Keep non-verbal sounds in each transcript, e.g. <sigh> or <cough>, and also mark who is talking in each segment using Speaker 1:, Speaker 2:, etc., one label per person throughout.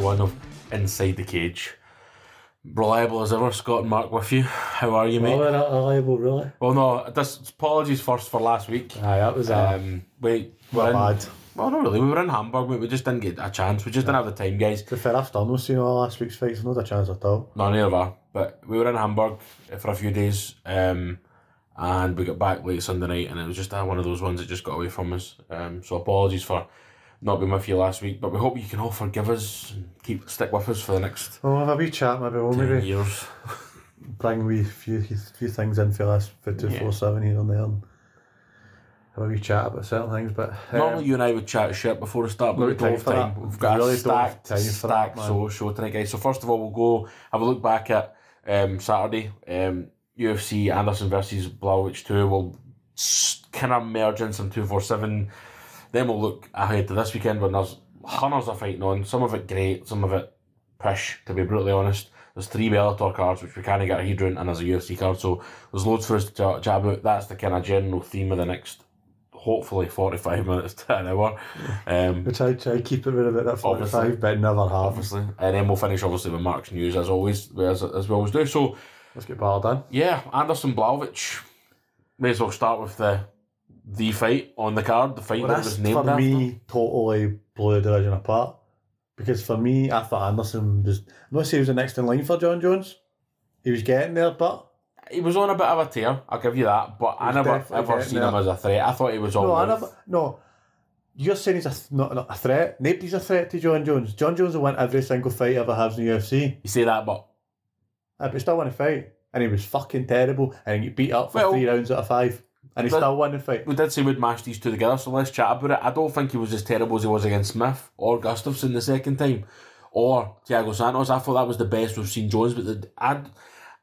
Speaker 1: one of Inside the Cage. Reliable as ever, Scott and Mark with you. How are you, mate?
Speaker 2: Oh, we're not reliable, really.
Speaker 1: Well, no, this, apologies first for last week.
Speaker 2: Aye, that was a
Speaker 1: Um, we
Speaker 2: not
Speaker 1: were in,
Speaker 2: bad.
Speaker 1: well, not really. We were in Hamburg, mate. We just didn't get a chance. We just didn't have the time, guys.
Speaker 2: To be fair, I've done no seen all last week's fights, not a chance at all.
Speaker 1: No, neither of us. But we were in Hamburg for a few days, um, and we got back late Sunday night, and it was just uh, one of those ones that just got away from us. Um, so apologies for not being with you last week, but we hope you can all forgive us and keep stick with us for the next
Speaker 2: Well, we'll have a wee chat maybe, we'll
Speaker 1: ten
Speaker 2: maybe
Speaker 1: years.
Speaker 2: bring wee few, few things in for last for 247 here and there and have a wee chat about certain things, but um,
Speaker 1: Normally, you and I would chat shit before the start, but
Speaker 2: No
Speaker 1: we don't
Speaker 2: time
Speaker 1: have
Speaker 2: for
Speaker 1: time.
Speaker 2: that.
Speaker 1: We've got
Speaker 2: Really
Speaker 1: a
Speaker 2: don't have
Speaker 1: stacked,
Speaker 2: time for
Speaker 1: stacked
Speaker 2: that,
Speaker 1: so, show tonight, guys. So, first of all, we'll go have a look back at um, Saturday, um, UFC Anderson versus Blauwich 2. We'll kind of merge in some 247. Then we'll look ahead to this weekend when there's hundreds of fighting on. Some of it great, some of it pish, to be brutally honest. There's three Bellator cards, which we kind of get a header in, and there's a UFC card. So, there's loads for us to chat, chat about. That's the kind of general theme of the next hopefully 45 <laughs> minutes to an
Speaker 2: <laughs>
Speaker 1: hour. Um,
Speaker 2: which I try to keep it around about that 45,
Speaker 1: Obviously.
Speaker 2: but never have.
Speaker 1: obviously. And then we'll finish, obviously, with Mark's news, as always, as, as we always do. So,
Speaker 2: Let's get barred in.
Speaker 1: yeah, Anderson Blaovic. May as well start with the the fight on the card, the fight
Speaker 2: Well,
Speaker 1: that it
Speaker 2: that's
Speaker 1: was named
Speaker 2: for
Speaker 1: after.
Speaker 2: me totally blew the division apart. Because for me, I thought Anderson was I'm not say he was the next in line for John Jones. He was getting there, but
Speaker 1: He was on a bit of a tear, I'll give you that, but I
Speaker 2: was
Speaker 1: never
Speaker 2: definitely
Speaker 1: ever
Speaker 2: getting
Speaker 1: seen him
Speaker 2: there.
Speaker 1: as a threat. I thought he was on.
Speaker 2: no, I never, no. You're saying he's a th- not, not a threat. Nobody's a threat to John Jones. John Jones will win every single fight he ever has in the UFC.
Speaker 1: You say that, but
Speaker 2: Uh, But he still won a fight, and he was fucking terrible, and he got beat up for
Speaker 1: Well-
Speaker 2: three rounds out of five, and he
Speaker 1: But-
Speaker 2: still won the fight.
Speaker 1: we did say we'd mash these two together, so let's chat about it. I don't think he was as terrible as he was against Smith or Gustafsson the second time, or Thiago Santos. I thought that was the best we've seen Jones, but the, I,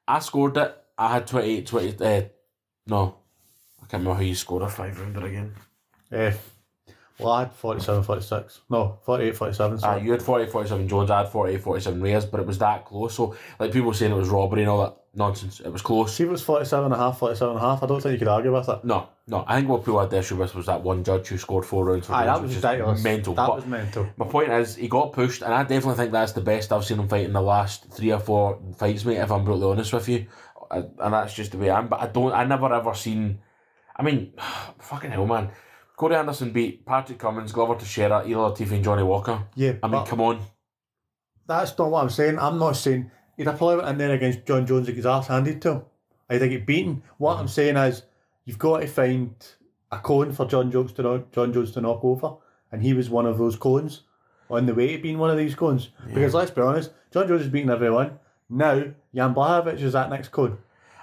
Speaker 1: I scored it. I had 28, 20, uh, no, I can't remember how you scored a five rounder again.
Speaker 2: Eh, well, I had 47, 46. No, 48, 47.
Speaker 1: Uh,
Speaker 2: Sorry.
Speaker 1: you had 48, 47 Jones, I had 48, 47 Reyes, but it was that close. So, like people were saying it was robbery and all that nonsense, it was close.
Speaker 2: See if it was 47 and a half, 47 and a half. I don't think you could argue with it.
Speaker 1: No, no, I think what people had the issue with was that one judge who scored four rounds for
Speaker 2: Aye,
Speaker 1: Jones,
Speaker 2: that was
Speaker 1: which is
Speaker 2: ridiculous.
Speaker 1: mental.
Speaker 2: That
Speaker 1: but
Speaker 2: was mental.
Speaker 1: My point is, he got pushed, and I definitely think that's the best I've seen him fight in the last three or four fights, mate. If I'm brutally honest with you, I, and that's just the way I am. But I don't, I never ever seen. I mean, <sighs> fucking hell, man. Corey Anderson beat Patrick Cummins, Glover Teixeira, Eli Latifi, and Johnny Walker.
Speaker 2: Yeah,
Speaker 1: I mean,
Speaker 2: but-
Speaker 1: come on.
Speaker 2: That's not what I'm saying. I'm not saying he'd have probably went in there against John Jones and his arse handed to him. He'd have get beaten. What I'm saying is you've got to find a cone for John Jones to knock, John Jones to knock over, and he was one of those cones on the way to being one of these cones. Because let's be honest, John Jones has beaten everyone. Now Jan Blahovic is that next cone.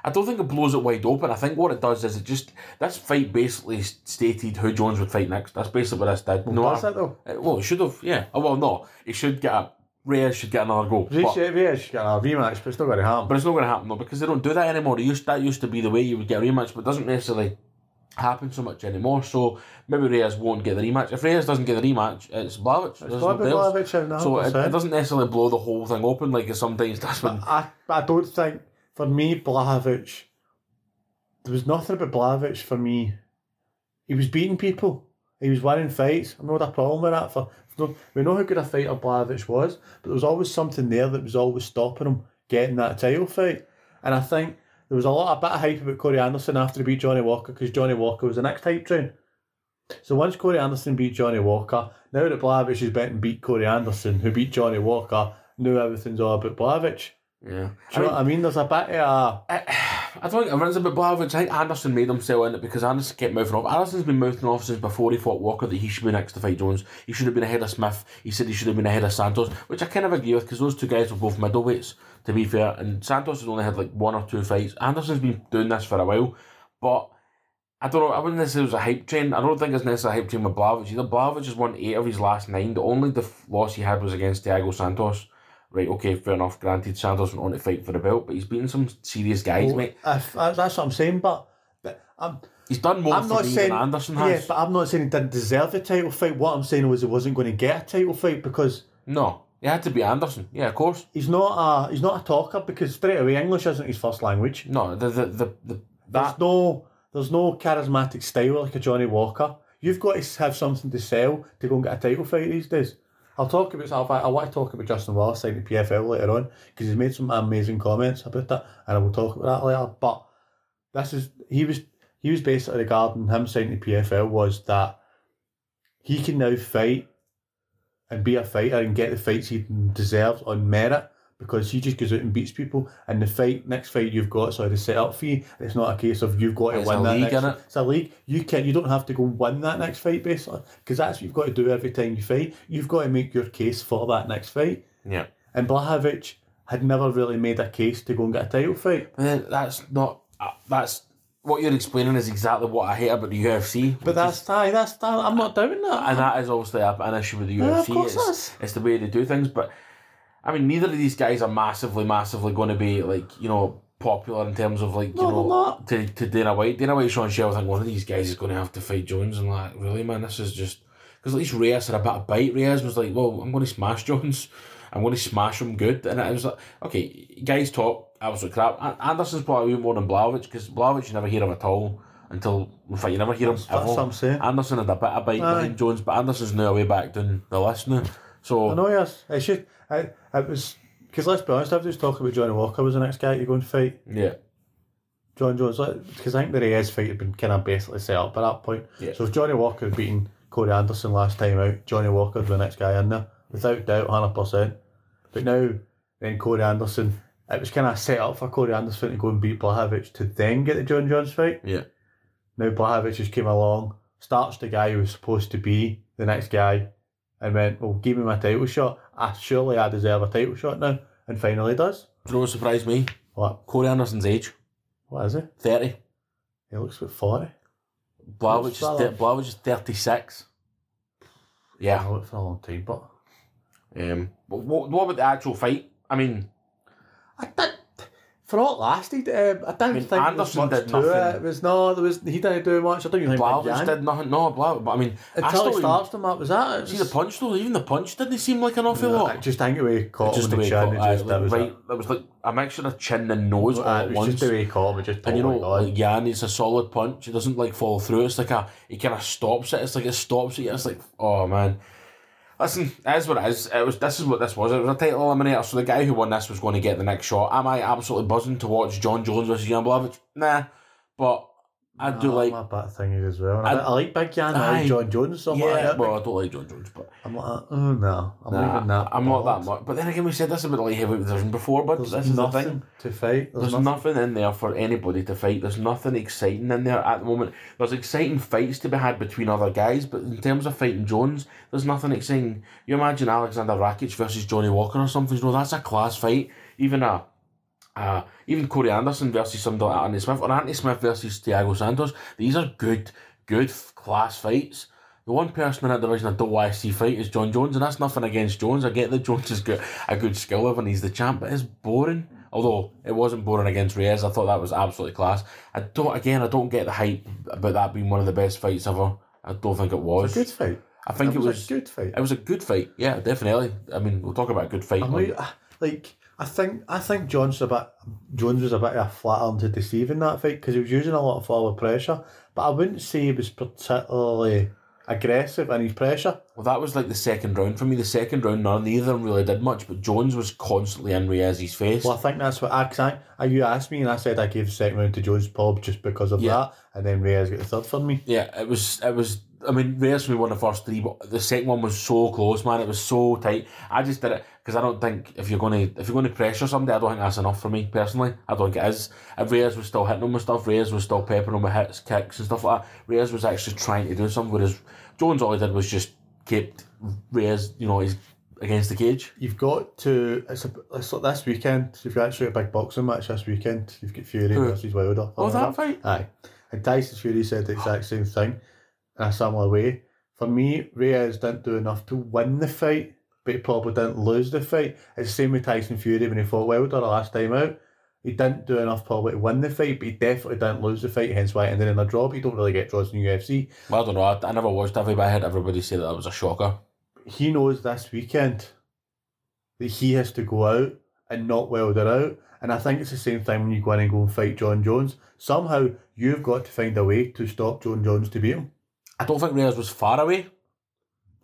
Speaker 1: I don't think it blows it wide open. I think what it does is it just this fight basically stated who Jones would fight next. That's basically what this did. no,
Speaker 2: does
Speaker 1: I-
Speaker 2: it though?
Speaker 1: Uh, well, it should have. Yeah. Oh, well, no, he should get a Reyes should get another go. but-
Speaker 2: Rich Reyes got a rematch, but it's not going to happen.
Speaker 1: But it's not going to happen though because they don't do that anymore. They used that used to be the way you would get a rematch, but it doesn't necessarily happen so much anymore. So maybe Reyes won't get the rematch. If Reyes doesn't get the rematch, it's Blavic. There's
Speaker 2: Bobby
Speaker 1: nobody else.
Speaker 2: Blahovic in the
Speaker 1: So it,
Speaker 2: 100%.
Speaker 1: it doesn't necessarily blow the whole thing open like it sometimes does when.
Speaker 2: I, I don't think for me Blahovic there was nothing about Blahovic for me. He was beating people. He was winning fights. I am not a problem with that. For, for- we know how good a fighter Blahovic was, but there was always something there that was always stopping him getting that title fight. And I think there was a lot, a bit of hype about Corey Anderson after he beat Johnny Walker because Johnny Walker was the next hype train. So once Corey Anderson beat Johnny Walker, now that Blahovic has bent and beat Corey Anderson, who beat Johnny Walker, now everything's all about Blahovic.
Speaker 1: Yeah.
Speaker 2: Do you know what I mean? There's a bit of a,
Speaker 1: <sighs> I don't think everyone's a bit Blavic. I think Anderson made him sell in it because Anderson kept mouthing off. Anderson's been mouthing off since before he fought Walker that he should be next to fight Jones. He should have been ahead of Smith. He said he should have been ahead of Santos, which I kind of agree with because those two guys were both middleweights, to be fair. And Santos has only had like one or two fights. Anderson's been doing this for a while, but I don't know. I wouldn't necessarily say it was a hype train. I don't think it's necessarily a hype train with Blavic either. Blavic has won eight of his last nine. The only def- loss he had was against Thiago Santos. Right, okay, fair enough. Granted, Santos went on to fight for the belt, but he's beaten some serious guys, mate.
Speaker 2: if, uh, that's what I'm saying, but, but I'm,
Speaker 1: He's done more
Speaker 2: I'm
Speaker 1: for
Speaker 2: not
Speaker 1: me
Speaker 2: saying
Speaker 1: than Anderson
Speaker 2: yeah,
Speaker 1: has.
Speaker 2: but I'm not saying he didn't deserve the title fight. What I'm saying was he wasn't going to get a title fight because
Speaker 1: no, it had to be Anderson. Yeah, of course.
Speaker 2: he's not a he's not a talker because straight away English isn't his first language.
Speaker 1: No, the the the, the that
Speaker 2: There's no there's no charismatic style like a Johnny Walker. You've got to have something to sell to go and get a title fight these days. A I'll talk about. I'll, I want to talk about Justin Wallace signing the PFL later on because he's made some amazing comments about that, and I will talk about that later. But this is he was he was basically regarding him signing the PFL was that he can now fight and be a fighter and get the fights he deserves on merit because he just goes out and beats people and the fight next fight you've got sort of set up for you. It's not a case of you've got to
Speaker 1: It's
Speaker 2: win
Speaker 1: a
Speaker 2: that
Speaker 1: league,
Speaker 2: next
Speaker 1: innit?
Speaker 2: It's a league. You can you don't have to go and win that next fight basically because that's what you've got to do every time you fight. You've got to make your case for that next fight.
Speaker 1: Yeah.
Speaker 2: And Blahovic had never really made a case to go and get a title fight.
Speaker 1: But then that's not. Uh, that's what you're explaining is exactly what I hate about the UFC.
Speaker 2: But that's aye, that's that, I'm not doubting that.
Speaker 1: and that is obviously a, an issue with the
Speaker 2: Yeah, of
Speaker 1: UFC.
Speaker 2: course it
Speaker 1: it's,
Speaker 2: is.
Speaker 1: it's the way they do things, but I mean, neither of these guys are massively, massively going to be like you know popular in terms of like you
Speaker 2: No, they're
Speaker 1: know
Speaker 2: not.
Speaker 1: to, to Dana White. Dana White, Sean Shelby, I think one of these guys is going to have to fight Jones, and like really, man, this is just because at least Reyes had a bit of bite. Reyes was like, well, I'm going to smash Jones. I'm going to smash him good, and I was like, okay, guys, talk absolute crap. An- Anderson's probably more than Blavich because Blavich you never hear him at all until in fact you never hear him.
Speaker 2: that's
Speaker 1: ever.
Speaker 2: what I'm saying.
Speaker 1: Anderson had a bit of bite
Speaker 2: Aye.
Speaker 1: behind Jones, but Anderson's now way back down the list now.
Speaker 2: I
Speaker 1: So
Speaker 2: know, yes. I should. I, it was because let's be honest. I was just talking about Johnny Walker was the next guy to go and fight
Speaker 1: yeah,
Speaker 2: John Jones because I think the Reyes fight had been kind of basically set up by that point.
Speaker 1: Yeah.
Speaker 2: So if Johnny Walker had beaten Corey Anderson last time out, Johnny Walker was the next guy in there without doubt, hundred percent. But now then Corey Anderson, it was kind of set up for Corey Anderson to go and beat Blahovic to then get the John Jones fight.
Speaker 1: yeah,
Speaker 2: Now Blahovic just came along, starts the guy who was supposed to be the next guy, and went, "Well, give me my title shot. I surely I deserve a title shot now." And finally does.
Speaker 1: do you know what surprised me?
Speaker 2: What?
Speaker 1: Corey Anderson's age,
Speaker 2: What is he?
Speaker 1: thirty.
Speaker 2: He looks about forty.
Speaker 1: Blavich is thir-
Speaker 2: Blavich.
Speaker 1: Blavich is thirty six.
Speaker 2: I
Speaker 1: Yeah.
Speaker 2: looked for a long time, but
Speaker 1: Um. But what, what about the actual fight? I mean,
Speaker 2: I did. For all it lasted, um, I don't
Speaker 1: mean,
Speaker 2: think
Speaker 1: Anderson
Speaker 2: there was much
Speaker 1: did
Speaker 2: to
Speaker 1: nothing.
Speaker 2: it. It was no, there was he didn't do much. I don't even think
Speaker 1: Blavich
Speaker 2: Jan-
Speaker 1: did nothing. No, Blavich. But I mean, I
Speaker 2: until
Speaker 1: still
Speaker 2: he
Speaker 1: didn't
Speaker 2: starts them. That was that. It was,
Speaker 1: see the punch though. Even the punch didn't seem like an awful
Speaker 2: I
Speaker 1: lot.
Speaker 2: just think the way he caught
Speaker 1: Just
Speaker 2: him
Speaker 1: the way he
Speaker 2: in the chin,
Speaker 1: caught,
Speaker 2: it
Speaker 1: aye,
Speaker 2: just that
Speaker 1: like,
Speaker 2: was
Speaker 1: right.
Speaker 2: it.
Speaker 1: That was like a mixture of chin and nose all
Speaker 2: Uh,
Speaker 1: at
Speaker 2: It was
Speaker 1: once.
Speaker 2: just the way he caught him. It just
Speaker 1: And you
Speaker 2: oh my
Speaker 1: know,
Speaker 2: God.
Speaker 1: like Jan, it's a solid punch. It doesn't like fall through. It's like a, he kind of stops it. It's like it stops it. It's like, oh man. Listen, it is what it is. It was. This is what this was. It was a title eliminator. So the guy who won this was going to get the next shot. Am I absolutely buzzing to watch John Jones versus Jan Blavich? Nah, but I do
Speaker 2: Nah,
Speaker 1: like.
Speaker 2: my Oh, bad thing is as well. And I,
Speaker 1: I-
Speaker 2: I like Big Jan. I
Speaker 1: Aye.
Speaker 2: like John Jones. So I'm like,
Speaker 1: yeah,
Speaker 2: that.
Speaker 1: well, I don't like John Jones, but
Speaker 2: I'm like, oh no, I'm
Speaker 1: nah,
Speaker 2: leaving that.
Speaker 1: I'm not that
Speaker 2: bollocks.
Speaker 1: much. But then again, we said this about the light heavyweight division before, but
Speaker 2: There's
Speaker 1: this is the thing.
Speaker 2: nothing to fight. There's,
Speaker 1: There's
Speaker 2: nothing.
Speaker 1: nothing in there for anybody to fight. There's nothing exciting in there at the moment. There's exciting fights to be had between other guys, but in terms of fighting Jones, there's nothing exciting. You imagine Alexander Rakic versus Johnny Walker or something. You know, that's a class fight. Even a, uh, even Corey Anderson versus somebody like Anthony Smith or Anthony Smith versus Thiago Santos. These are good, good f- class fights. The one person in that division I don't want to see fight is John Jones, and that's nothing against Jones. I get that Jones has got a good skill level and he's the champ, but it's boring. Although it wasn't boring against Reyes, I thought that was absolutely class. I don't again, I don't get the hype about that being one of the best fights ever. I don't think it was.
Speaker 2: It's a good fight.
Speaker 1: I think
Speaker 2: It was, a good fight.
Speaker 1: it was a good fight. Yeah, definitely. I mean, we'll talk about a good fight.
Speaker 2: I'm
Speaker 1: on-
Speaker 2: like, ah, like, I think I think Jones a bit Jones was a bit of a flat arm to deceive in that fight because he was using a lot of forward pressure, but I wouldn't say he was particularly aggressive in his pressure.
Speaker 1: Well, that was like the second round for me. The second round, none neither of them really did much, but Jones was constantly in Reyes's face.
Speaker 2: Well, I think that's what I, 'cause I, I you asked me and I said I gave the second round to Jones Bob just because of
Speaker 1: Yeah.
Speaker 2: that, and then Reyes got the third for me.
Speaker 1: Yeah, it was. It was. I mean, Reyes we won the first three, but the second one was so close, man. It was so tight. I just did it because I don't think if you're gonna if you're gonna pressure somebody, I don't think that's enough for me personally. I don't think it is. If Reyes was still hitting him with stuff, Reyes was still peppering him with hits, kicks, and stuff like that. Reyes was actually trying to do something, whereas Jones all he did was just kept Reyes, you know, he's against the cage.
Speaker 2: You've got to it's a, it's like this weekend. You've got actually a big boxing match this weekend. You've got Fury
Speaker 1: Who?
Speaker 2: versus Wilder.
Speaker 1: Oh, that fight.
Speaker 2: Aye. And Tyson Fury said the exact same thing in a similar way. For me, Reyes didn't do enough to win the fight, but he probably didn't lose the fight. It's the same with Tyson Fury when he fought Wilder the last time out. He didn't do enough probably to win the fight, but he definitely didn't lose the fight, hence why it ended in a draw. But you don't really get draws in the UFC.
Speaker 1: Well, I don't know. I, I never watched that fight, but I heard everybody say that that was a shocker.
Speaker 2: He knows this weekend that he has to go out and knock Wilder out. And I think it's the same thing when you go in and go and fight John Jones. Somehow you've got to find a way to stop John Jones to beat him.
Speaker 1: I don't think Reyes was far away.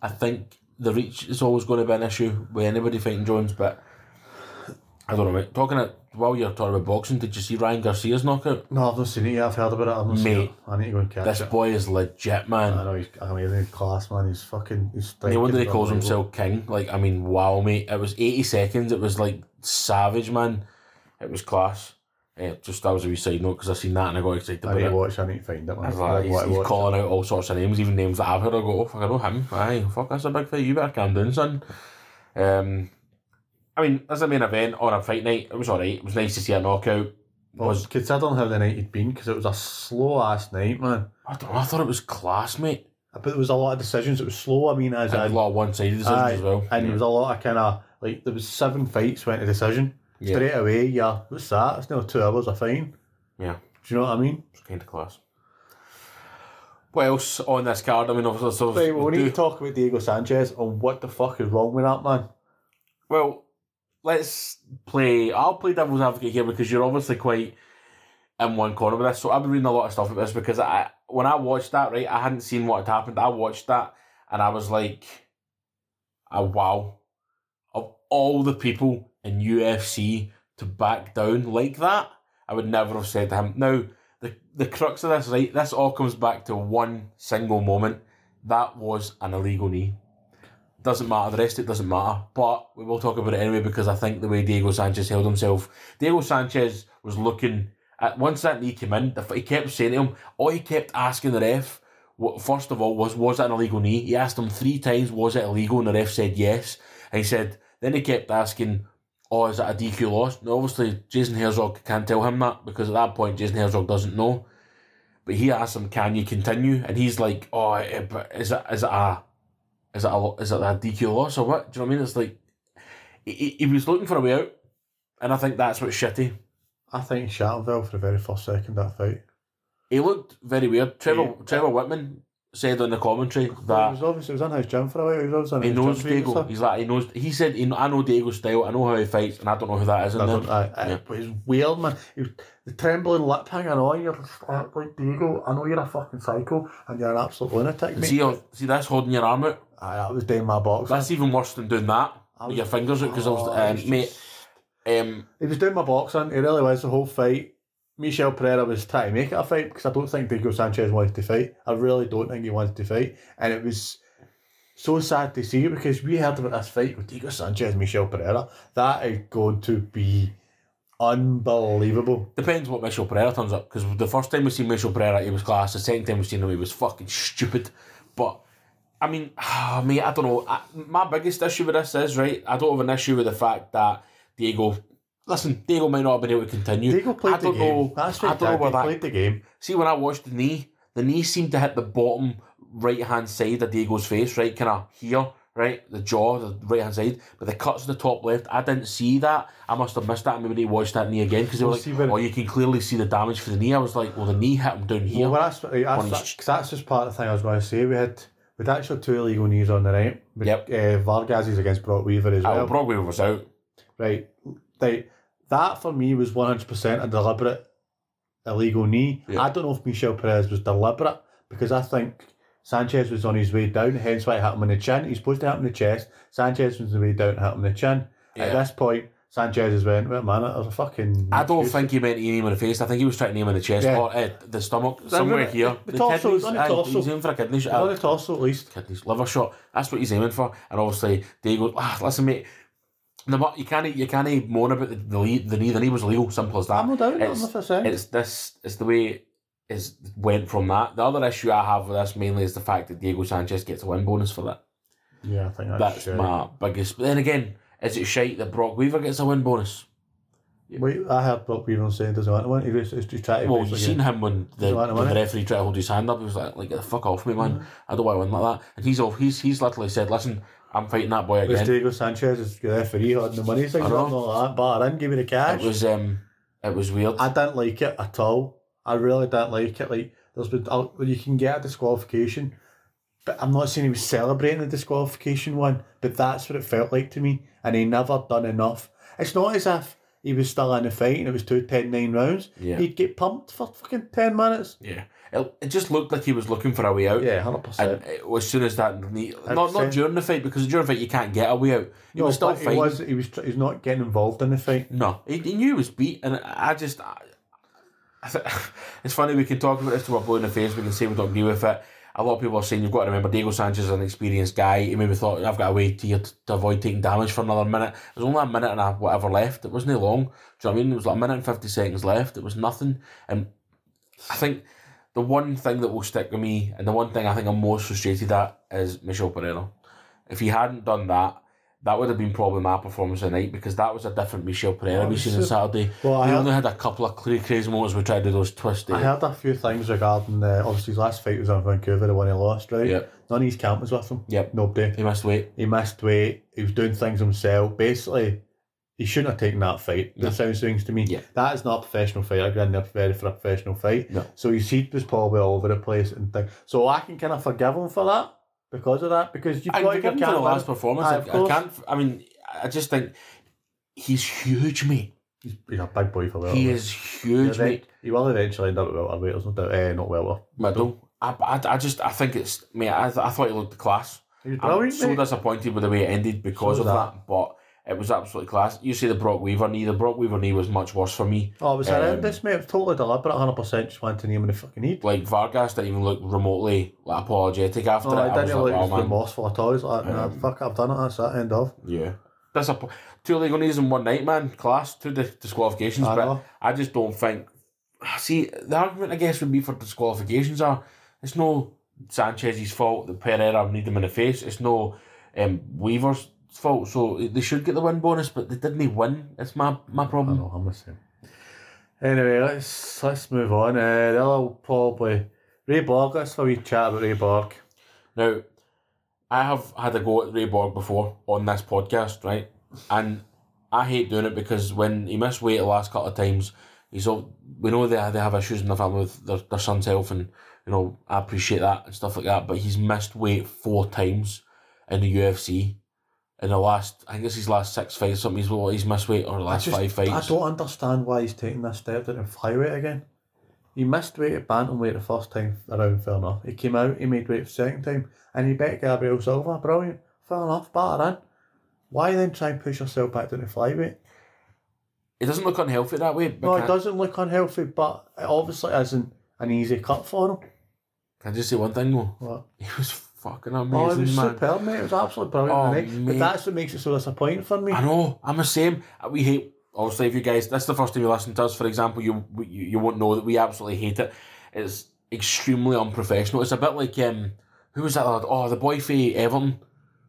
Speaker 1: I think the reach is always going to be an issue with anybody fighting Jones, but I don't know. Mate. Talking at, while you're talking about boxing, did you see Ryan Garcia's knockout?
Speaker 2: No, I've not seen it yet. I've heard about it. I've not seen
Speaker 1: Mate,
Speaker 2: it. I need to go and catch
Speaker 1: This
Speaker 2: it.
Speaker 1: boy is legit,
Speaker 2: I
Speaker 1: man.
Speaker 2: know he's amazing class, man. He's fucking. He's
Speaker 1: No wonder he
Speaker 2: stinking
Speaker 1: calls
Speaker 2: unbelievable.
Speaker 1: himself king. Like, I mean, wow, mate. It was 80 seconds. It was like savage, man. It was class. Eh, just that was a wee side note because I seen that and I got excited
Speaker 2: I
Speaker 1: about
Speaker 2: need
Speaker 1: it.
Speaker 2: to watch. I need to find it. Man.
Speaker 1: I was like,
Speaker 2: I
Speaker 1: he's,
Speaker 2: want to
Speaker 1: he's
Speaker 2: watch
Speaker 1: calling out all sorts of names, even names that I've heard. I go, oh, fuck, I know him. Aye, fuck, that's a big fight. You better calm down, son. Um, I mean, as a main event on a fight night, it was alright. It was nice to see a knockout.
Speaker 2: it. Was considering how the night had been because it was a slow ass night, man.
Speaker 1: I don't know, I thought it was class, mate.
Speaker 2: But there was a lot of decisions. It was slow. I mean, as
Speaker 1: And a
Speaker 2: in,
Speaker 1: lot of one sided decisions
Speaker 2: Aye,
Speaker 1: as well.
Speaker 2: and there was a lot of kind of like there was seven fights went to decision
Speaker 1: Yeah.
Speaker 2: straight away. Yeah, what's that? It's now two hours. I fine.
Speaker 1: Yeah.
Speaker 2: Do you know what I mean?
Speaker 1: It's kind of class. What else on this card? I mean, obviously, so
Speaker 2: Right, well, we need
Speaker 1: do-
Speaker 2: to talk about Diego Sanchez and what the fuck is wrong with that man.
Speaker 1: Well, let's play. I'll play devil's advocate here because you're obviously quite in one corner with this. So I've been reading a lot of stuff about this because I, when I watched that, right, I hadn't seen what had happened. I watched that and I was like, oh, wow. Of all the people in UFC to back down like that, I would never have said to him. Now, the, the crux of this, right, this all comes back to one single moment. That was an illegal knee doesn't matter. The rest of it doesn't matter. But we will talk about it anyway because I think the way Diego Sanchez held himself, Diego Sanchez was looking at once that knee came in. The, f- he kept saying to him, all he kept asking the ref, what, first of all, was was it an illegal knee? He asked him three times, was it illegal, and the ref said yes. And he said, then he kept asking, oh, is that a DQ loss? Now, obviously, Jason Herzog can't tell him that because at that point, Jason Herzog doesn't know. But he asked him, can you continue? And he's like, oh, eh, but is it, is it a is it a is it a DQ loss or what? Do you know what I mean? It's altså, like he- he, he was looking for a way out, and I think that's what's shitty.
Speaker 2: I think he shot Shattenville for the very first second of that fight.
Speaker 1: He looked very weird. Trevor
Speaker 2: Yeah.
Speaker 1: Trevor Whitman said on the commentary
Speaker 2: he
Speaker 1: that
Speaker 2: was obviously he was in his gym for a while. He was
Speaker 1: he
Speaker 2: obviously in his
Speaker 1: knows
Speaker 2: gym for years,
Speaker 1: Diego.
Speaker 2: so-
Speaker 1: He's like he knows. He said he, kn- I know Diego's style. I know how he fights, and I don't know who that is. In
Speaker 2: Doesn't
Speaker 1: there.
Speaker 2: I? I-
Speaker 1: Yeah.
Speaker 2: But it's weird, man. He was, the trembling lip hanging on. You're just like, like Diego. I know you're a fucking psycho and you're an absolute lunatic, mate.
Speaker 1: See, your- see, that's holding your arm out.
Speaker 2: Aye, that was doing my box.
Speaker 1: That's even worse than doing that.
Speaker 2: I
Speaker 1: with
Speaker 2: was-
Speaker 1: your fingers out because I
Speaker 2: Oh,
Speaker 1: was,
Speaker 2: it's
Speaker 1: um, mate. Um,
Speaker 2: He was doing my boxing. He really was the whole fight. Michel Pereira was trying to make it a fight because I don't think Diego Sanchez wanted to fight. I really don't think he wanted to fight, and it was so sad to see because we heard about this fight with Diego Sanchez, and Michel Pereira. That is going to be unbelievable.
Speaker 1: Depends what Michel Pereira turns up because the first time we seen Michel Pereira, he was class. The second time we seen him, he was fucking stupid. But I mean, <sighs> ah, mate, I don't know. I, my biggest issue with this is right. I don't have an issue with the fact that Diego. Listen, Diego might not have been able to continue.
Speaker 2: Diego played
Speaker 1: I don't
Speaker 2: the game.
Speaker 1: know.
Speaker 2: That's
Speaker 1: I
Speaker 2: what
Speaker 1: don't know where
Speaker 2: he
Speaker 1: that.
Speaker 2: played the game.
Speaker 1: See, when I watched the knee, the knee seemed to hit the bottom right hand side of Diego's face, right, kind of here, right, the jaw, the right hand side. But the cuts to the top left, I didn't see that. I must have missed that. and Maybe they watched that knee again because they were
Speaker 2: Well,
Speaker 1: like,
Speaker 2: see, when-
Speaker 1: "Oh, you can clearly see the damage for the knee." I was like, "Well, the knee hit him down here."
Speaker 2: Well, well, that's, right, that's,
Speaker 1: On his
Speaker 2: that's, 'cause that's just part of the thing I was going to say. We had we had actually two illegal knees on the night. With,
Speaker 1: Yep.
Speaker 2: Uh, Vargas is against Brock Weaver as
Speaker 1: Oh,
Speaker 2: well.
Speaker 1: Broadway was out.
Speaker 2: Right. Like, that for me was 100% a deliberate illegal knee.
Speaker 1: Yeah.
Speaker 2: I don't know if Michel Perez was deliberate because I think Sanchez was on his way down, hence why it hit him in the chin. He's supposed to hit him in the chest. Sanchez was on the way down, hit him in the chin. At
Speaker 1: Yeah.
Speaker 2: this point, Sanchez has went, wait a minute, there's a fucking.
Speaker 1: I don't
Speaker 2: excuse."
Speaker 1: think he meant to aim in the face. I think he was trying to aim in the chest
Speaker 2: Yeah.
Speaker 1: or uh, the stomach, somewhere
Speaker 2: the-
Speaker 1: here.
Speaker 2: the torso,
Speaker 1: kidneys,
Speaker 2: it's on the
Speaker 1: aye,
Speaker 2: torso.
Speaker 1: He's aiming for a kidney shot.
Speaker 2: Well, the torso at least.
Speaker 1: kidneys, liver shot. That's what he's aiming for. And obviously, Diego, ah, listen, mate, no, matter- you can't you can't moan about the the, knee- the knee. The knee was legal, simple as that.
Speaker 2: I'm not doubting it, I'm
Speaker 1: Ah, it's-
Speaker 2: not for saying.
Speaker 1: It's this. It's the way it's went from that. The other issue I have with this mainly is the fact that Diego Sanchez gets a win bonus for that.
Speaker 2: Yeah, I think that's,
Speaker 1: That's
Speaker 2: shit.
Speaker 1: my biggest. But then again, is it shite that Brock Weaver gets a win bonus?
Speaker 2: Wait, I heard Brock Weaver saying he doesn't want to win. He was he's just trying to.
Speaker 1: Well,
Speaker 2: basically-
Speaker 1: you've seen him when the,
Speaker 2: He's like,
Speaker 1: when the
Speaker 2: "Innit?"
Speaker 1: referee tried to hold his hand up. He was like, "Like get the fuck off me, man!
Speaker 2: Mm-hmm.
Speaker 1: I don't want to win like that." And he's off. He's he's literally said, "Listen, I'm fighting that boy
Speaker 2: It's
Speaker 1: again."
Speaker 2: Diego Sanchez is the referee on the money thing
Speaker 1: I
Speaker 2: and
Speaker 1: know.
Speaker 2: all that, but I didn't give me the
Speaker 1: It
Speaker 2: cash.
Speaker 1: was um, it was weird.
Speaker 2: I didn't like it at all. I really didn't like it. Like there's been I'll- you can get a disqualification, but I'm not saying he was celebrating the disqualification one, but that's what it felt like to me. And he never done enough. It's not as if he was still in the fight and it was two 10 9 rounds,
Speaker 1: Yeah.
Speaker 2: he'd get pumped for fucking 10 minutes.
Speaker 1: Yeah. It, it just looked like he was looking for a way out.
Speaker 2: Yeah, 100%.
Speaker 1: And it, as soon as that knee, not not
Speaker 2: 100%.
Speaker 1: during the fight because during the fight you can't get a way out. He was still
Speaker 2: but
Speaker 1: fighting.
Speaker 2: He was, he was, tr- he's not getting involved in the fight.
Speaker 1: No, he, he knew he was beat, and I just. I, I th- <laughs> it's funny, we can talk about this to our blue in the face, we can say we don't agree with it. A lot of people are saying you've got to remember Diego Sanchez is an experienced guy. He maybe thought I've got a way to, here to to avoid taking damage for another minute. There's only a minute and a whatever left. It wasn't long. Do you know what I mean? It was like a minute and 50 seconds left. It was nothing. And I think the one thing that will stick with me, and the one thing I think I'm most frustrated at, is Michel Pereira. If he hadn't done that, that would have been probably my performance of the night because that was a different Michel Pereira we seen on Saturday.
Speaker 2: Well, I
Speaker 1: we
Speaker 2: had-
Speaker 1: only had a couple of clear crazy moments we tried to do those twisty.
Speaker 2: I heard a few things regarding the, obviously his last fight was in Vancouver, the one he lost, right?
Speaker 1: Yep.
Speaker 2: None of his camp was with him.
Speaker 1: Yep.
Speaker 2: Nobody.
Speaker 1: He missed weight.
Speaker 2: He missed weight. He was doing things himself. Basically, he shouldn't have taken that fight.
Speaker 1: No.
Speaker 2: That sounds things to me.
Speaker 1: Yeah.
Speaker 2: That is not a professional fight. I grind up ready for a professional fight.
Speaker 1: No.
Speaker 2: So his seat was probably all over the place and things. So I can kind of forgive him for that because of that. Because you've
Speaker 1: I
Speaker 2: got to
Speaker 1: forgive him
Speaker 2: give
Speaker 1: for the
Speaker 2: Cam
Speaker 1: last
Speaker 2: in.
Speaker 1: performance.
Speaker 2: Aye,
Speaker 1: I,
Speaker 2: of
Speaker 1: I
Speaker 2: course.
Speaker 1: can't. I mean, I just think he's huge, mate.
Speaker 2: He's, he's a big boy for welterweight.
Speaker 1: He is huge,
Speaker 2: He'll
Speaker 1: mate.
Speaker 2: event- He will eventually end up at welterweight. There's no doubt. Eh, not welter.
Speaker 1: Middle. I, I, I just I think it's mate. I, th- I thought he looked class.
Speaker 2: He was
Speaker 1: I'm
Speaker 2: brilliant,
Speaker 1: Um, so
Speaker 2: mate.
Speaker 1: disappointed with the way it ended because
Speaker 2: So
Speaker 1: of
Speaker 2: was
Speaker 1: that. but it was absolutely class. You see the Brock Weaver knee. The Brock Weaver knee was much worse for me.
Speaker 2: Oh, it was
Speaker 1: Um,
Speaker 2: horrendous, mate. It was totally deliberate, 100%. Just wanted to name him the fucking need.
Speaker 1: Like Vargas didn't even look remotely like apologetic after
Speaker 2: No,
Speaker 1: it.
Speaker 2: I
Speaker 1: I was
Speaker 2: didn't
Speaker 1: like,
Speaker 2: like
Speaker 1: oh,
Speaker 2: it was
Speaker 1: man.
Speaker 2: remorseful at all. It was like, nah,
Speaker 1: Um,
Speaker 2: øh, fuck, I've done it. That's that end of.
Speaker 1: Yeah. Disappo- two legal knees in one night, man. Class, two dis- disqualifications.
Speaker 2: I
Speaker 1: but
Speaker 2: know.
Speaker 1: I just don't think. See, the argument I guess would be for disqualifications are it's no Sanchez's fault. The Pereira need him in the face. It's no um, Weaver's fault. So they should get the win bonus, but they didn't win. It's my my
Speaker 2: I
Speaker 1: problem.
Speaker 2: know, I'm the same. Anyway, let's let's move on. Uh, they'll probably øh, Ray Borg. Let's have a wee chat about Ray Borg.
Speaker 1: Now, I have had a go at Ray Borg before on this podcast, right? And I hate doing it because when he missed weight the last couple of times, he's all, we know they they have issues in the family with their, their son's health, and you know I appreciate that and stuff like that. But he's missed weight four times in the UFC. In the last, I think it's his last six fights, something he's, what, he's missed weight, or the last
Speaker 2: Just-
Speaker 1: five fights.
Speaker 2: I don't understand why he's taking this step down in flyweight again. He missed weight at bantamweight the first time around, fair enough. He came out, he made weight the second time, and he bet Gabriel Silva. Brilliant, fair enough, batter in. Why then try and push yourself back down to flyweight?
Speaker 1: It doesn't look unhealthy that way. But
Speaker 2: No,
Speaker 1: can,
Speaker 2: it doesn't look unhealthy, but it obviously isn't an easy cut for him.
Speaker 1: Can I just say one thing though? <laughs>
Speaker 2: What?
Speaker 1: He was fucking amazing,
Speaker 2: Oh, it was
Speaker 1: man.
Speaker 2: superb, mate. It was absolutely brilliant.
Speaker 1: Oh,
Speaker 2: mate.
Speaker 1: mate.
Speaker 2: But that's what makes it so disappointing for me.
Speaker 1: I know. I'm the same. We hate. Obviously, if you guys, that's the first time you listen to us. For example, you you, you won't know that we absolutely hate it. It's extremely unprofessional. It's a bit like um, who was that lad? Oh, the boy for Everton,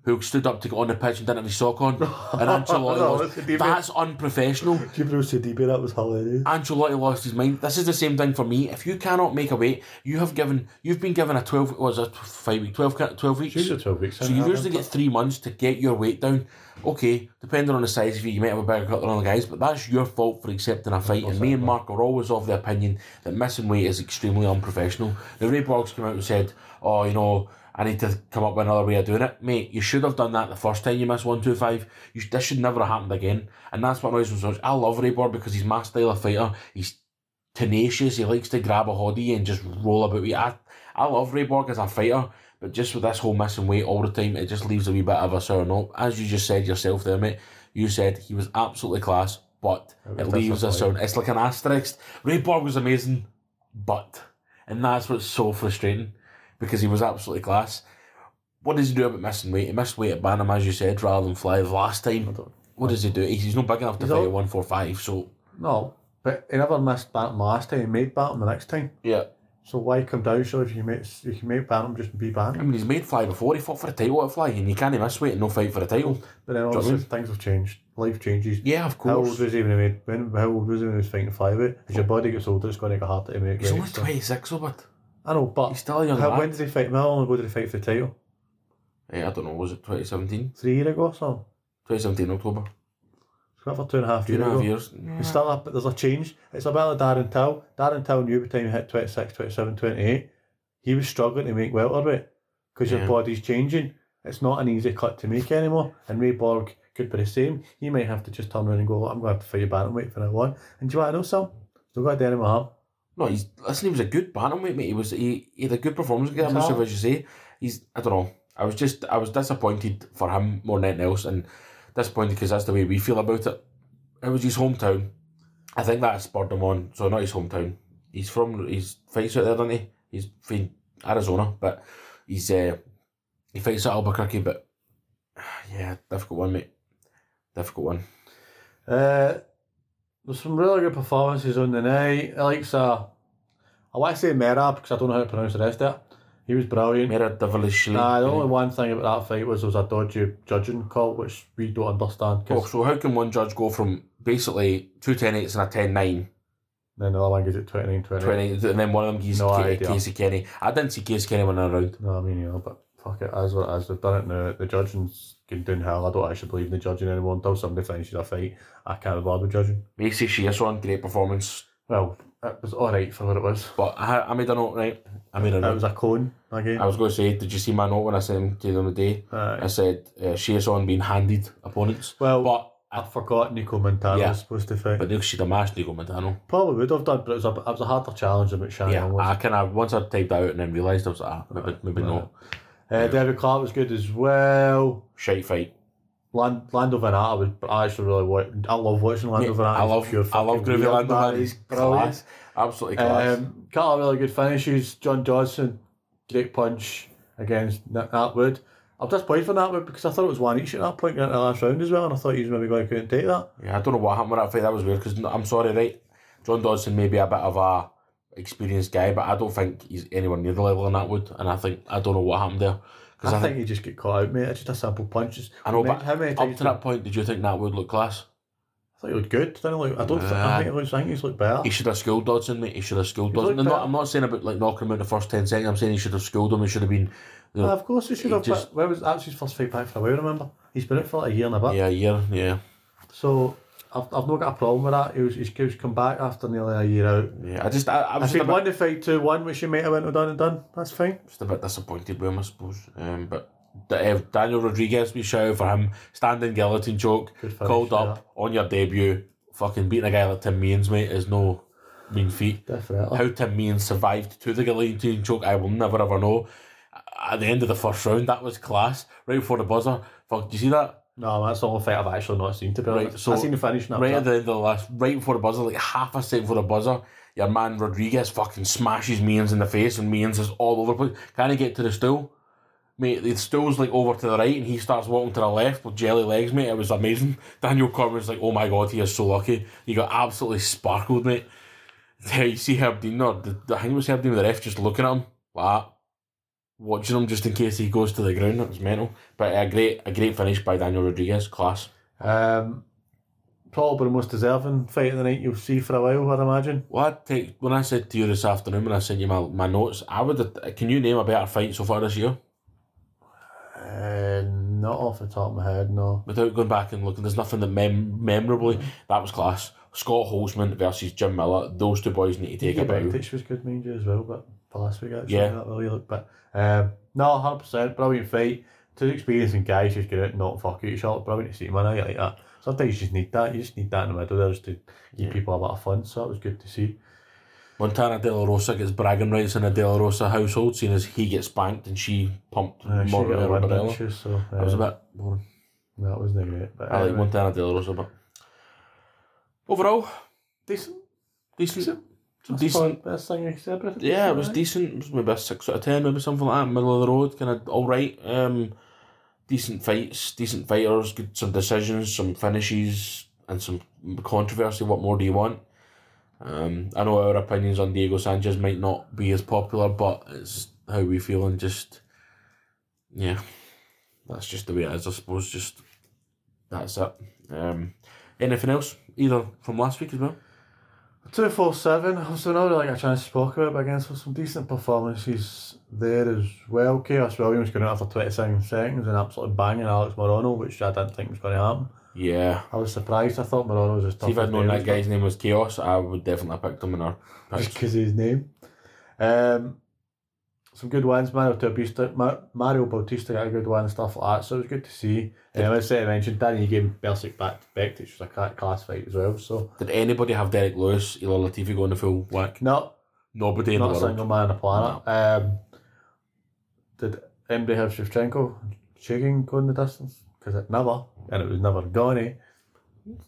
Speaker 1: who stood up to get on the pitch and didn't have his sock
Speaker 2: <laughs>
Speaker 1: on. and Ancelotti
Speaker 2: No,
Speaker 1: lost.
Speaker 2: that's a different-
Speaker 1: That's unprofessional.
Speaker 2: Jibril Sidibe, that was hilarious.
Speaker 1: Ancelotti lost his mind. This is the same thing for me. If you cannot make a weight, you have given, you've been given a twelve. Was it five week? 12, ca- 12 weeks.
Speaker 2: Usually 12 weeks.
Speaker 1: So you usually get three months to get your weight down. Okay, depending on the size of you, you might have a better cut than other guys, but that's your fault for accepting a fight. And me and Mark are always of the opinion that missing weight is extremely unprofessional. Now Ray Borgs came out and said, "Oh, you know, I need to come up with another way of doing it, mate. You should have done that the first time you missed one two five. You sh- this should never have happened again." And that's what annoys me so much. I love Ray Borg because he's my style of fighter. He's tenacious. He likes to grab a hody and just roll about with it. I, I love Ray Borg as a fighter, but just with this whole missing weight all the time, it just leaves a wee bit of a sour note. As you just said yourself there, mate, you said he was absolutely class, but it,
Speaker 2: It was
Speaker 1: leaves a sour
Speaker 2: disappointing.
Speaker 1: It's like an asterisk. Ray Borg was amazing, but. And that's what's so frustrating because he was absolutely class. What does he do about missing weight? He missed weight at Bantam, as you said, rather than fly the last time.
Speaker 2: don't-
Speaker 1: What does he do? He's he's not big enough to
Speaker 2: He's
Speaker 1: fight
Speaker 2: all-
Speaker 1: at 145, so.
Speaker 2: No, but he never missed Bantam last time. He made Bantam the next time.
Speaker 1: Yeah.
Speaker 2: So why come down, so if you, make, you can make Bantam, just be
Speaker 1: I
Speaker 2: Bantam.
Speaker 1: mean, he's made fly before. He fought for a title at fly, and he can't miss weight and no fight for a title.
Speaker 2: But then
Speaker 1: what I
Speaker 2: obviously
Speaker 1: mean?
Speaker 2: things have changed. Life changes.
Speaker 1: Yeah, of
Speaker 2: How old
Speaker 1: course.
Speaker 2: was he when he made, when, how old was he when he was fighting flyweight? As your body gets older, it's going to get harder to make
Speaker 1: He's
Speaker 2: weight.
Speaker 1: only
Speaker 2: so-
Speaker 1: 26, Robert.
Speaker 2: I know, but
Speaker 1: He's still a young
Speaker 2: how,
Speaker 1: lad.
Speaker 2: when did he fight? How long ago did he fight for the title?
Speaker 1: Yeah, I don't know, was it 2017?
Speaker 2: Three years ago or something?
Speaker 1: 2017 October.
Speaker 2: It's got for two and a half
Speaker 1: Two and
Speaker 2: years
Speaker 1: a half
Speaker 2: ago.
Speaker 1: years.
Speaker 2: It's still up, but there's a change. It's about the Darren Till. Darren Till knew by the time he hit 26, 27, 28, he was struggling to make welterweight because
Speaker 1: Yeah.
Speaker 2: your body's changing. It's not an easy cut to make anymore. And Ray Borg could be the same. You may have to just turn around and go, I'm going to fight a bantamweight for that one. And do you want to know something? Still got a dead in my heart.
Speaker 1: No, he's listen. He was a good bantamweight, mate. He was he, he had a good performance against
Speaker 2: He's
Speaker 1: himself,
Speaker 2: hard.
Speaker 1: as you say. He's I don't know. I was just I was disappointed for him more than anything else, and disappointed because that's the way we feel about it. It was his hometown. I think that spurred him on. So not his hometown. He's from he's fights out there, doesn't he? He's from Arizona, but he's uh, he fights at Albuquerque. But <sighs> yeah, difficult one, mate. Difficult one.
Speaker 2: Uh, there's some really good performances on the night. Alexa, I want to say Merab because I don't know how to pronounce the rest of it. He was brilliant.
Speaker 1: Mera Devilish.
Speaker 2: Nah, the only one thing about that fight was there was a dodgy judging call, which we don't understand.
Speaker 1: Oh,
Speaker 2: Cause
Speaker 1: so how can one judge go from basically two ten eights and a ten nine,
Speaker 2: then the other one gives it 29 20.
Speaker 1: twenty, and then one of them gives
Speaker 2: No
Speaker 1: Ca-
Speaker 2: idea.
Speaker 1: Casey Kenny? I didn't see Casey Kenny winning a round.
Speaker 2: No, I mean, you know, but fuck it, as what it is. They've done it now. The judging's going down hell. I don't actually believe in the judging anymore until somebody finishes a fight. I can't be bothered with judging.
Speaker 1: Macy Shearson, great performance,
Speaker 2: Well, it was alright for what it was.
Speaker 1: but I, I made a note right. I made a
Speaker 2: It
Speaker 1: note.
Speaker 2: was a cone again.
Speaker 1: I was going to say, did you see my note when I sent him to you the other day? I said Um, uh, Shearson being handed opponents,
Speaker 2: well,
Speaker 1: but uh,
Speaker 2: I forgot Nico Montano
Speaker 1: Yeah.
Speaker 2: was supposed to fight.
Speaker 1: but they should have matched Nico Montano.
Speaker 2: Probably would have done, but it was a, it was a harder challenge than what Shannon
Speaker 1: Yeah,
Speaker 2: was. Uh,
Speaker 1: I kind of once I typed that out and then realised I was like, ah, maybe, maybe not.
Speaker 2: Uh, David Clark was good as well.
Speaker 1: Shite fight.
Speaker 2: Land, Lando Venata was. I actually really wa I love watching Lando
Speaker 1: Mate,
Speaker 2: Venata.
Speaker 1: I
Speaker 2: He's
Speaker 1: love,
Speaker 2: pure
Speaker 1: I love
Speaker 2: fucking
Speaker 1: Groovy
Speaker 2: weird,
Speaker 1: Lando.
Speaker 2: man.
Speaker 1: man.
Speaker 2: He's
Speaker 1: He's
Speaker 2: brilliant.
Speaker 1: class, absolutely class.
Speaker 2: Um, couple of really good finishes. John Johnson, great punch against N- Natwood. I'm disappointed for Natwood because I thought it was one each at that point in the last round as well, and I thought he was maybe going to take that.
Speaker 1: Yeah, I don't know what happened with that fight. That was weird because I'm sorry, right? John Dodson may be a bit of a experienced guy, but I don't think he's anywhere near the level of Natwood. And I think I don't know what happened there because
Speaker 2: I,
Speaker 1: I,
Speaker 2: think
Speaker 1: think,
Speaker 2: he just get caught out, mate. It's just a simple punch. It's-
Speaker 1: I know,
Speaker 2: mate,
Speaker 1: but
Speaker 2: how many
Speaker 1: up to
Speaker 2: times? did-
Speaker 1: that point, did you think Natwood looked class?
Speaker 2: I thought he looked good. Didn't he look, I don't. think I
Speaker 1: Nah.
Speaker 2: think he looks. I think he's looked better.
Speaker 1: He should have schooled Dodson, mate. He should have schooled
Speaker 2: He
Speaker 1: Dodson.
Speaker 2: looked
Speaker 1: I'm not,
Speaker 2: better.
Speaker 1: I'm not saying about like knocking him out the first ten seconds. I'm saying he should have schooled him. He should have been you know,
Speaker 2: of course, he should
Speaker 1: He
Speaker 2: have.
Speaker 1: just-
Speaker 2: but where was that's his first fight back for a while? Remember, he's been out for like a year and a bit.
Speaker 1: yeah, a year, yeah,
Speaker 2: So I've, I've not got a problem with that. He was, he's, he's come back after nearly a year out.
Speaker 1: yeah. I just I, I was just
Speaker 2: If he
Speaker 1: a, bit,
Speaker 2: won the fight two one, which he might have went and done and done, that's fine.
Speaker 1: just a bit disappointed with him, I suppose. Um, but D- uh, Daniel Rodriguez, we shout out for him. Standing guillotine choke.
Speaker 2: Good finish,
Speaker 1: called up on your debut, fucking beating a guy like Tim Means, mate, is no mean feat.
Speaker 2: yeah, definitely.
Speaker 1: How Tim Means survived to the guillotine choke, I will never ever know. At the end of the first round, that was class. Right before the buzzer, fuck, do you see that?
Speaker 2: No, that's the only fight I've actually not seen to be
Speaker 1: Right,
Speaker 2: honest.
Speaker 1: so-
Speaker 2: I've seen the finish now.
Speaker 1: Right at the end of the last, right before the buzzer, like half a second before the buzzer, your man Rodriguez fucking smashes Means in the face, and Means is all over the place. Can he get to the stool? Mate, the stool's like over to the right, and he starts walking to the left with jelly legs, mate. It was amazing. <laughs> Daniel Cormier was like, oh my god, he is so lucky. He got absolutely sparkled, mate. <laughs> Yeah, you see Herb Dean, no, the, the, I think it was Herb Dean with the ref just looking at him like that, watching him just in case he goes to the ground. That was mental. But a great, a great finish by Daniel Rodriguez, class.
Speaker 2: um, probably the most deserving fight of the night you'll see for a while, I'd imagine.
Speaker 1: Well, I'd take when I said to you this afternoon when I sent you my, my notes, I would. Can you name a better fight so far this year
Speaker 2: Uh, not off the top of my head, no.
Speaker 1: without going back and looking? There's nothing that mem- memorably that was class. Scott Holzman versus Jim Miller. Those two boys need to take
Speaker 2: Yeah,
Speaker 1: a bow.
Speaker 2: Bentic was good, mind you, as well, but for last week actually,
Speaker 1: Yeah.
Speaker 2: that really looked but um, no, hundred percent, brilliant fight. Two experiencing guys just get out, and not fuck each other. Brilliant to see man, I like that. Sometimes you just need that. You just need that in the middle there just to give
Speaker 1: Yeah.
Speaker 2: people a bit of fun. So that was good to see.
Speaker 1: Montana De La Rosa gets bragging rights in a De La Rosa household, seeing as he gets spanked and she pumped
Speaker 2: Uh, she got
Speaker 1: Morgan
Speaker 2: a win, didn't
Speaker 1: Barella.
Speaker 2: she? so um,
Speaker 1: That was a bit boring.
Speaker 2: no, that wasn't great. But
Speaker 1: I like
Speaker 2: anyway.
Speaker 1: Montana De La Rosa, but overall
Speaker 2: decent.
Speaker 1: decent.
Speaker 2: That's
Speaker 1: Decent.
Speaker 2: probably the Best thing you celebrated.
Speaker 1: Yeah, it was decent. It was maybe a six out of ten, maybe something like that. Middle of the road, kind of all right. Um, decent fights, decent fighters, good some decisions, some finishes, and some controversy. What more do you want? Um, I know our opinions on Diego Sanchez might not be as popular, but it's how we feel and just yeah, that's just the way it is. I suppose just that's it. Um, anything else either from last week as well?
Speaker 2: Two four seven. Also, not really like a chance to talk about, it, but again, so some decent performances there as well. Chaos Williams going out after twenty seven seconds and absolutely banging Alex Morono, which I didn't think was going to happen.
Speaker 1: Yeah.
Speaker 2: I was surprised. I thought Morono was as tough.
Speaker 1: See, if I'd
Speaker 2: as
Speaker 1: known
Speaker 2: nails,
Speaker 1: that guy's name was Chaos, I would definitely have picked him in our
Speaker 2: just
Speaker 1: picks.
Speaker 2: because of his name. Um, some good wins. Mario Bautista, Ma- Mario Bautista got a good one and stuff like that. So it was good to see. And I said I mentioned Danny gave him Bersic back to Beck, which was a cla- class fight as well. So
Speaker 1: Did anybody have Derek Lewis, Ilor Latifi going the full whack?
Speaker 2: no,
Speaker 1: Nobody in the
Speaker 2: not a
Speaker 1: world.
Speaker 2: single man on the planet. Um, did anybody have Shevchenko shaking going the distance? Because it never, and it was never gonna.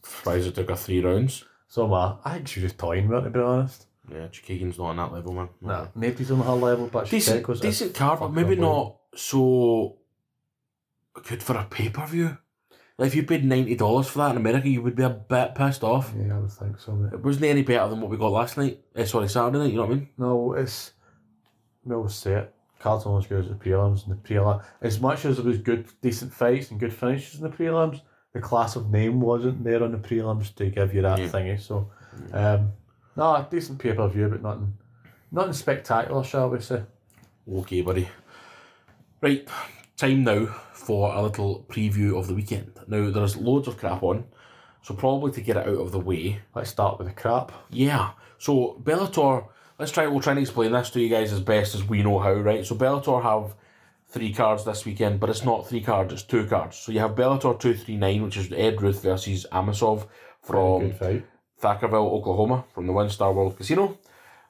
Speaker 1: Surprised it took her three rounds.
Speaker 2: So my, I think she was just toying with it to be honest.
Speaker 1: Yeah, Chikagin's not on that level, man.
Speaker 2: No, nobody's on her level, but
Speaker 1: Decent,
Speaker 2: Shevchenko's
Speaker 1: decent card, but
Speaker 2: fucking
Speaker 1: maybe not
Speaker 2: unbelievable.
Speaker 1: so good for a pay per view. Like, if you paid $90 for that in America, you would be a bit pissed off.
Speaker 2: Yeah, I would think so. Mate.
Speaker 1: It wasn't any better than what we got last night. Eh, sorry, Saturday night, you know what I mean?
Speaker 2: No, it's we always say it. Cards only as good as the prelims and the prelim. As much as there was good, decent fights and good finishes in the prelims, the class of name wasn't there on the prelims to give you that
Speaker 1: Yeah.
Speaker 2: thingy. So, um, no, a decent pay per view, but nothing, nothing spectacular, shall we say?
Speaker 1: Okay, buddy. Right, time now for a little preview of the weekend. Now, there's loads of crap on, so probably to get it out of the way,
Speaker 2: Let's start with the crap.
Speaker 1: Yeah. So Bellator, let's try. We'll try and explain this to you guys as best as we know how, right? So Bellator have three cards this weekend, but it's not three cards; it's two cards. So you have Bellator two three nine, which is Ed Ruth versus Amosov from
Speaker 2: good fight.
Speaker 1: Thackerville, Oklahoma, from the One Star World Casino,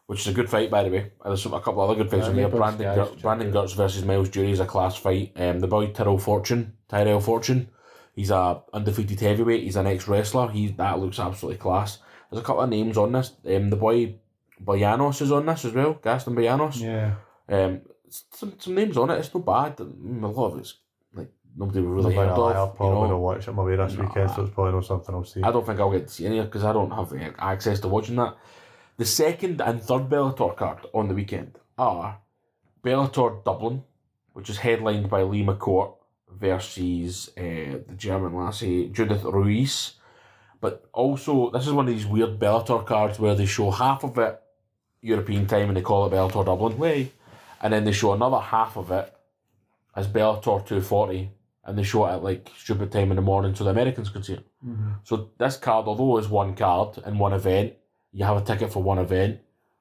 Speaker 1: which is a good fight, by the way. And there's some- a couple other good fights in
Speaker 2: Yeah,
Speaker 1: there.
Speaker 2: both
Speaker 1: Brandon,
Speaker 2: guys
Speaker 1: Gur-
Speaker 2: check
Speaker 1: Brandon
Speaker 2: it.
Speaker 1: Gertz versus Miles Jury is a class fight. Um, the boy Tyrell Fortune, Tyrell Fortune, he's a undefeated heavyweight. He's an ex wrestler. He that looks absolutely class. There's a couple of names on this. Um, the boy Bayanos is on this as well. Gaston Bayanos.
Speaker 2: Yeah,
Speaker 1: Um, s- some some names on it. It's not bad. Mm, A lot of it's like nobody we really heard
Speaker 2: I'll,
Speaker 1: of.
Speaker 2: I'll
Speaker 1: you
Speaker 2: probably
Speaker 1: know.
Speaker 2: not watch it on my way this
Speaker 1: Nah.
Speaker 2: weekend, so it's probably not something I'll see.
Speaker 1: I don't think I'll get to see any because I don't have uh, access to watching that. The second and third Bellator card on the weekend are Bellator Dublin, which is headlined by Lee McCourt versus uh, the German lassie Judith Ruiz. But also, this is one of these weird Bellator cards where they show half of it European time and they call it Bellator Dublin. Way. And then they show another half of it as Bellator 240 and they show it at like stupid time in the morning so the Americans can see it.
Speaker 2: Mhm.
Speaker 1: So this card, although it's one card and one event, you have a ticket for one event.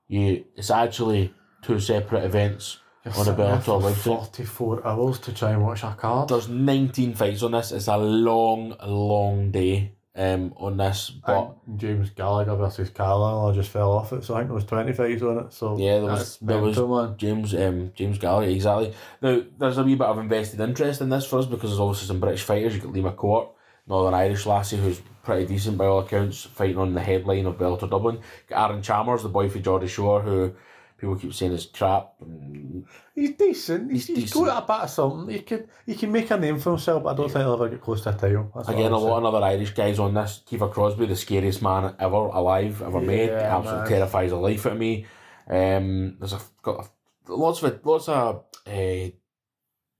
Speaker 1: You it's actually two separate events.
Speaker 2: You're
Speaker 1: On a
Speaker 2: sitting there
Speaker 1: Bellator
Speaker 2: for
Speaker 1: website.
Speaker 2: Forty-four hours to try and watch a card.
Speaker 1: There's nineteen fights on this. It's a long, long day um on this. But
Speaker 2: think James Gallagher versus Carlisle, I just fell off it. So I think there was twenty fights on it. So
Speaker 1: Yeah, there was-
Speaker 2: that's
Speaker 1: there was-
Speaker 2: mental, man.
Speaker 1: James um James Gallagher, exactly. Now there's a wee bit of invested interest in this for us because there's obviously some British fighters. You got Lima Court, Northern Irish lassie who's pretty decent by all accounts, fighting on the headline of Bellator Dublin. Got Aaron Chalmers, the boy for Geordie Shore, who people keep saying is crap. and
Speaker 2: He's decent. He's,
Speaker 1: He's
Speaker 2: he's, good
Speaker 1: decent.
Speaker 2: at a bit of something. He can he can make a name for himself, but I don't think he'll ever get close to a title. That's what
Speaker 1: Again,
Speaker 2: I
Speaker 1: a
Speaker 2: would
Speaker 1: lot of other Irish guys on this. Kiefer Crosby, the scariest man ever alive, ever made.
Speaker 2: Yeah,
Speaker 1: Absolutely
Speaker 2: man.
Speaker 1: terrifies the life out of me. Um, there's a, got a, lots of lots of uh,
Speaker 2: say.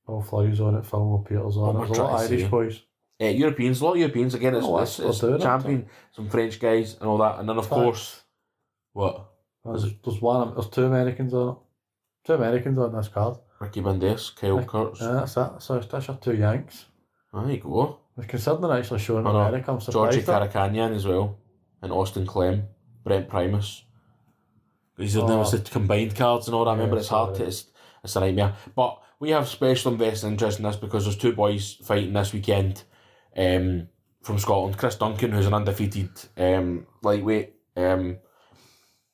Speaker 2: Paul Fleury's on it. Fillmore Peters
Speaker 1: What
Speaker 2: on
Speaker 1: we're
Speaker 2: it. There's a
Speaker 1: trying
Speaker 2: lot
Speaker 1: to
Speaker 2: of Irish
Speaker 1: say.
Speaker 2: boys.
Speaker 1: uh, Europeans, a lot of Europeans. Again, it's,
Speaker 2: Oh,
Speaker 1: it's,
Speaker 2: that's
Speaker 1: it's
Speaker 2: what they're doing,
Speaker 1: champion, some French guys and all that, and then of
Speaker 2: Fact.
Speaker 1: course, what
Speaker 2: There's, there's one. There's two Americans on it. Two Americans on this card.
Speaker 1: Ricky Bandes, Kyle
Speaker 2: Rick-
Speaker 1: Kurtz.
Speaker 2: Yeah, that's it. So it's- that's your two Yanks.
Speaker 1: there you go.
Speaker 2: We're considering actually showing
Speaker 1: I know.
Speaker 2: America. I'm
Speaker 1: Georgie
Speaker 2: surprised. that-
Speaker 1: Karakanyan as well, and Austin Clem, Brent Primus. These are
Speaker 2: Oh.
Speaker 1: now it's the combined cards and all that. I remember
Speaker 2: Yeah,
Speaker 1: it's hard to
Speaker 2: sorry.
Speaker 1: it's, it's a nightmare. But we have special invested interest in this because there's two boys fighting this weekend, um, from Scotland. Chris Duncan, who's an undefeated um lightweight, um,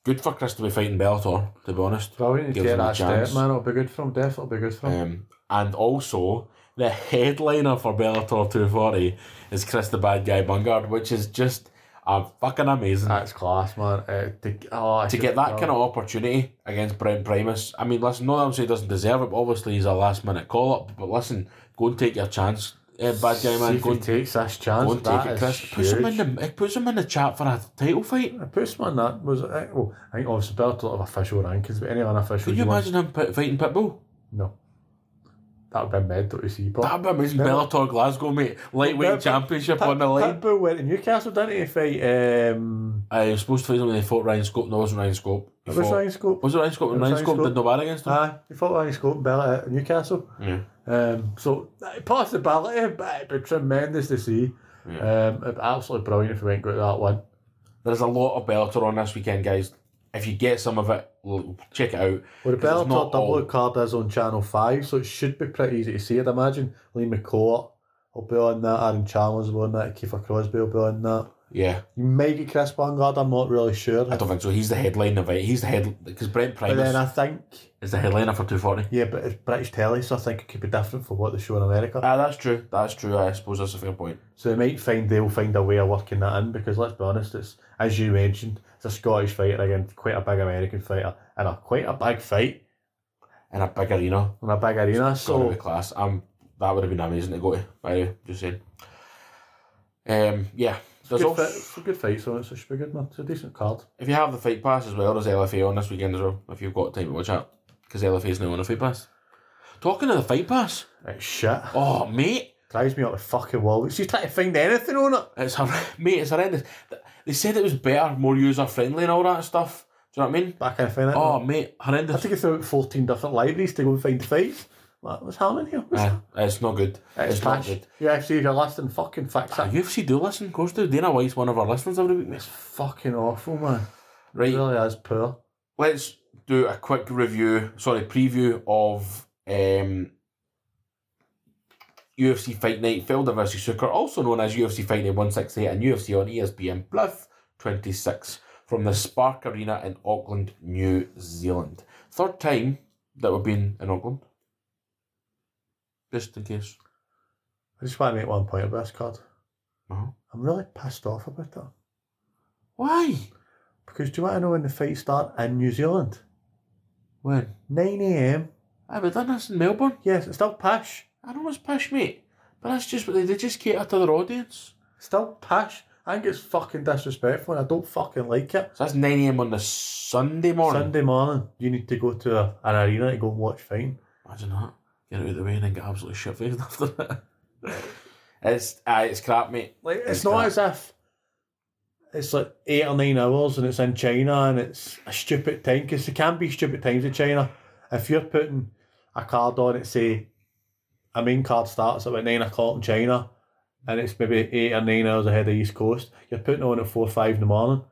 Speaker 1: good for Chris to be fighting Bellator. To be honest,
Speaker 2: Brilliant. He's
Speaker 1: gives
Speaker 2: getting
Speaker 1: him a
Speaker 2: that step,
Speaker 1: chance.
Speaker 2: man. It'll be good for him. Definitely be good for him.
Speaker 1: um, and also the headliner for Bellator two forty is Chris the Bad Guy Bungard, which is just a fucking amazing.
Speaker 2: That's class, man. Uh, to, oh, I
Speaker 1: to
Speaker 2: should-
Speaker 1: get that
Speaker 2: oh.
Speaker 1: kind of opportunity against Brent Primus, I mean, listen, no, I'm saying he doesn't deserve it, but obviously he's a last minute call up. But listen, go and take your chance, eh, bad guy
Speaker 2: See
Speaker 1: man.
Speaker 2: if
Speaker 1: Go
Speaker 2: he
Speaker 1: and,
Speaker 2: takes this chance.
Speaker 1: go and
Speaker 2: that
Speaker 1: take it, Chris.
Speaker 2: is
Speaker 1: It Puts him
Speaker 2: huge.
Speaker 1: in the it puts him in the chat for a title fight.
Speaker 2: I put someone that was uh, well, I think obviously built a lot of official rankings, but any unofficial.
Speaker 1: Could you
Speaker 2: want-
Speaker 1: imagine him pit, fighting Pitbull?
Speaker 2: No, that would be mental to see. But
Speaker 1: That'd be amazing.
Speaker 2: No.
Speaker 1: Bellator Glasgow, mate. Lightweight
Speaker 2: No, but-
Speaker 1: championship
Speaker 2: Pit-
Speaker 1: on the line.
Speaker 2: Pitbull went to Newcastle, didn't he? to Fight um,
Speaker 1: I was supposed to fight him when they fought Ryan Scope. No, it wasn't Ryan Scope. He
Speaker 2: it was
Speaker 1: fought-
Speaker 2: Ryan Scope.
Speaker 1: Was it Ryan Scope?
Speaker 2: It was
Speaker 1: Ryan
Speaker 2: Ryan
Speaker 1: Scope did
Speaker 2: Scope.
Speaker 1: no bad against him.
Speaker 2: Aye, he fought Ryan Scope and Bella at Newcastle.
Speaker 1: Yeah.
Speaker 2: Um, so uh, possibility, but it'd be tremendous to see.
Speaker 1: Yeah.
Speaker 2: Um, it'd be absolutely brilliant if we went and got that one.
Speaker 1: Ah. There's a lot of Bellator on this weekend, guys. If you get some of it, l- check it out.
Speaker 2: Well, the
Speaker 1: Because
Speaker 2: Bellator
Speaker 1: it's not
Speaker 2: double
Speaker 1: all-
Speaker 2: card is on Channel 5, so it should be pretty easy to see, I'd imagine. Lee McCourt will be on that, Aaron Chalmers will be on that, Kiefer Crosby will be on that.
Speaker 1: Yeah,
Speaker 2: You may get Chris Bungard, I'm not really sure.
Speaker 1: I don't think so. He's the headline of it. He's the head because Brent
Speaker 2: but
Speaker 1: Primus
Speaker 2: then I think,
Speaker 1: is the headliner for two forty.
Speaker 2: yeah, but it's British telly, so I think it could be different from what they show in America.
Speaker 1: Ah, that's true. That's true. I suppose that's a fair point.
Speaker 2: So they might find they'll find a way of working that in because let's be honest, it's as you mentioned, it's a Scottish fighter against quite a big American fighter and a quite a big fight
Speaker 1: In a big arena,
Speaker 2: in a big arena.
Speaker 1: so
Speaker 2: So
Speaker 1: class. Um, that would have been amazing to go to. By the way, just saying. Um, yeah. There's
Speaker 2: good,
Speaker 1: also,
Speaker 2: fit, it's a good fight, so it's- it should be good, man. It's a decent card.
Speaker 1: if you have the fight pass as well, there's LFA on this weekend as well. If you've got time to watch out, because LFA is now on the fight pass. Talking of the fight pass,
Speaker 2: It's shit.
Speaker 1: oh mate,
Speaker 2: Drives me up the fucking wall. She's trying to find anything on it.
Speaker 1: It's hor- <laughs> mate, it's horrendous. Th- They said it was better, more user friendly, and all that stuff. Do you know what I mean?
Speaker 2: Back in find it.
Speaker 1: Oh, mate,
Speaker 2: I
Speaker 1: horrendous.
Speaker 2: had to go through about fourteen different libraries to go and find fights. Like, what's happening here? What's-
Speaker 1: Nah, it's not good. It's, not
Speaker 2: patch.
Speaker 1: good.
Speaker 2: Yeah, see if you're listening, fucking fix
Speaker 1: Ah,
Speaker 2: it.
Speaker 1: UFC do listen, of course do. Dana White's one of our listeners every week. mate.
Speaker 2: It's fucking awful, man. It
Speaker 1: Right,
Speaker 2: really is poor.
Speaker 1: let's do a quick review, sorry, preview of um, UFC Fight Night Felder versus Suker, also known as UFC Fight Night 168 and UFC on E ESPN Plus 26 from the Spark Arena in Auckland, New Zealand. Third time that we've been in Auckland. Just in case.
Speaker 2: I just want to make one point about this card.
Speaker 1: Uh-huh.
Speaker 2: I'm really pissed off about that.
Speaker 1: Why?
Speaker 2: Because do you want to know when the fights start in New Zealand?
Speaker 1: When?
Speaker 2: 9 a.m.
Speaker 1: I've done this in Melbourne.
Speaker 2: Yes, it's still pish.
Speaker 1: I know it's pish, mate. But that's just what they, they just cater to their audience.
Speaker 2: Still pish. I think it's fucking disrespectful and I don't fucking like it.
Speaker 1: So that's 9 a.m. on the Sunday morning.
Speaker 2: Sunday morning, you need to go to a, an arena to go and watch fighting.
Speaker 1: Imagine that. Get out of the way and then get absolutely shit faced <laughs> after that. it's, aye, it's crap, mate.
Speaker 2: Like, it's
Speaker 1: It's
Speaker 2: not
Speaker 1: crap.
Speaker 2: as if it's like eight or nine hours and it's in China and it's a stupid time because there can be stupid times in China. If you're putting a card on it, say a main card starts at about nine o'clock in China and it's maybe eight or nine hours ahead of East Coast, you're putting on at four or five in the morning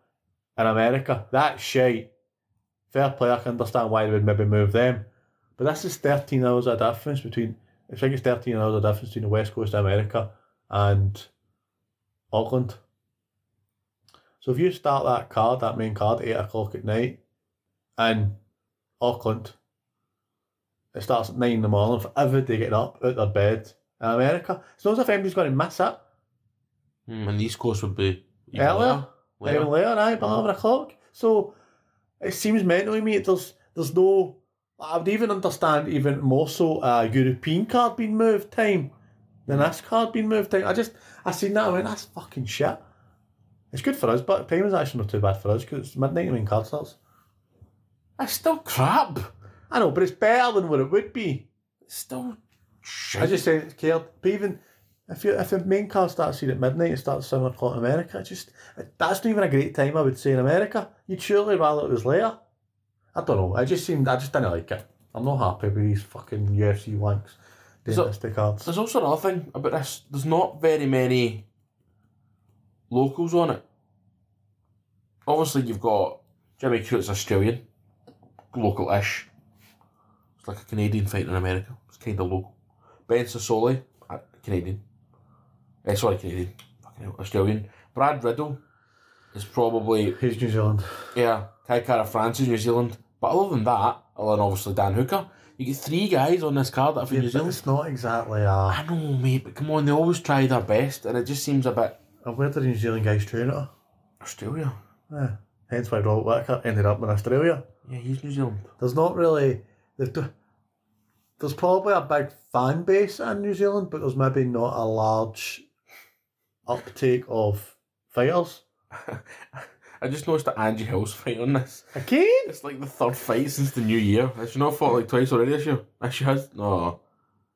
Speaker 2: in America. That's shite. Fair play, I can understand why they would maybe move them. But this is 13 hours of difference between, I think it's 13 hours of difference between the West Coast of America and Auckland. So if you start that card, that main card, at eight o'clock at night, in Auckland, it starts at nine in the morning for everybody getting up out their bed in America. It's not as if anybody's going to miss it
Speaker 1: Mm, and the East Coast would be even
Speaker 2: earlier,
Speaker 1: later.
Speaker 2: even later, right, by eleven o'clock. So it seems mental to me. There's there's no. I would even understand even more so a European card being moved time than this card being moved time. I just I seen that. I went, that's fucking shit. It's good for us, but time is actually not too bad for us because it's midnight when card starts.
Speaker 1: It's still crap.
Speaker 2: I know, but it's better than what it would be.
Speaker 1: It's still shit.
Speaker 2: I just say it's cared. But even if you if the main card starts here at midnight, it starts at seven o'clock in America. It's just that's not even a great time. I would say in America, you'd surely rather it was later. I don't know. I just seemed I just didn't like it. I'm not happy with these fucking UFC wanks doing
Speaker 1: So-
Speaker 2: this to cards.
Speaker 1: There's also another thing about this. There's not very many locals on it. Obviously, you've got Jimmy Crute's Australian, local-ish. It's like a Canadian fighter in America. It's kind of local. Ben Sassoli, uh, Canadian. Eh, sorry, Canadian. Fucking hell, Australian. Brad Riddle is probably
Speaker 2: Here's New Zealand.
Speaker 1: yeah, Kai Kara France is New Zealand. But other than that, other than obviously Dan Hooker, you get three guys on this card that are from New
Speaker 2: But
Speaker 1: Zealand.
Speaker 2: It's not exactly a.
Speaker 1: I know, mate, but come on, they always try their best, and it just seems a bit
Speaker 2: And where did the New Zealand guys train at?
Speaker 1: Australia.
Speaker 2: Yeah. Hence why Robert Whitaker ended up in Australia.
Speaker 1: Yeah, he's New Zealand.
Speaker 2: there's not really they've d- there's probably a big fan base in New Zealand, but there's maybe not a large uptake of fighters.
Speaker 1: I just noticed that Angie Hill's <laughs> fight on this.
Speaker 2: Again,
Speaker 1: It's like the third fight since the new year. Has she not fought like twice already this year? Ah, She has. No.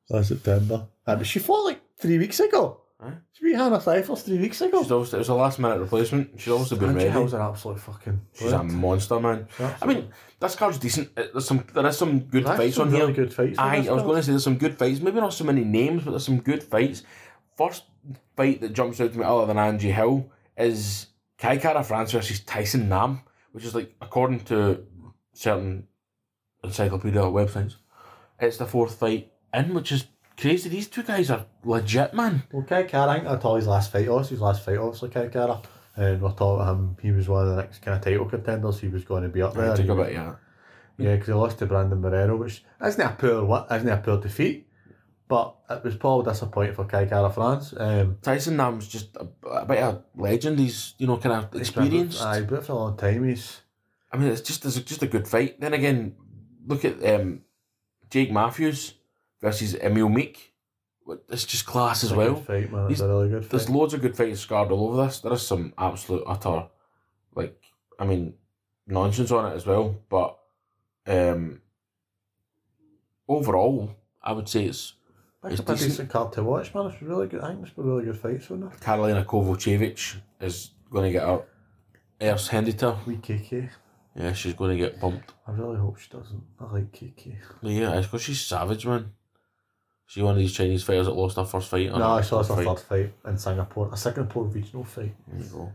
Speaker 2: last September, Uh, but she fought like three weeks ago.
Speaker 1: Huh?
Speaker 2: She beat Hannah Cyphers three weeks ago.
Speaker 1: She's obviously, it was a last minute replacement. She's obviously been
Speaker 2: Angie
Speaker 1: ready.
Speaker 2: Hill's an absolute fucking.
Speaker 1: She's a monster, man. I mean, this card's decent. Uh, There's some, there is some good fights on here.
Speaker 2: really good fights. on
Speaker 1: Aye, I
Speaker 2: this
Speaker 1: was
Speaker 2: card.
Speaker 1: going to say there's some good fights. Maybe not so many names, but there's some good fights. First fight that jumps out to me, other than Angie Hill, is Kai Kara France versus Tyson Nam, which is like according to certain encyclopedia websites, it's the fourth fight in, which is crazy. These two guys are legit, man.
Speaker 2: Well, Kai Kara, I think I told his last fight, also his last fight, also Kai Kara. And we're talking to him, he was one of the next kind of title contenders. He was going to be up there.
Speaker 1: I took
Speaker 2: He
Speaker 1: a
Speaker 2: was-
Speaker 1: bit, yeah.
Speaker 2: Yeah, because he lost to Brandon Moreno, which isn't a poor what isn't a poor defeat, but it was probably disappointing for Kai Kara France. Um,
Speaker 1: Tyson Nam's just a, a bit of a legend. He's you know kind of
Speaker 2: he's been-
Speaker 1: experienced.
Speaker 2: Aye, but for a long time he's
Speaker 1: I mean, it's just it's just a good fight. Then again, look at um, Jake Matthews versus Emil Meek. What- It's just class as
Speaker 2: a
Speaker 1: well.
Speaker 2: good fight, man.
Speaker 1: He's-
Speaker 2: It's a really good
Speaker 1: There's
Speaker 2: fight.
Speaker 1: loads of good fights scarred all over this. There is some absolute utter, like, I mean, nonsense on it as well. But um, overall, I would say it's
Speaker 2: That's
Speaker 1: it's
Speaker 2: a pretty
Speaker 1: decent.
Speaker 2: decent card to watch, man. It's really good. I think it's a really good fight, so no.
Speaker 1: Carolina Kovacevic is going to get her arse handed to her.
Speaker 2: We Kiki.
Speaker 1: Yeah, she's going to get bumped.
Speaker 2: I really hope she doesn't. I like Kiki.
Speaker 1: But yeah, it's because she's savage, man. She one of these Chinese fighters that lost her first fight. or
Speaker 2: no,
Speaker 1: not
Speaker 2: I saw
Speaker 1: first
Speaker 2: her
Speaker 1: Oh, fight.
Speaker 2: third fight in Singapore, a Singapore regional fight.
Speaker 1: There you go.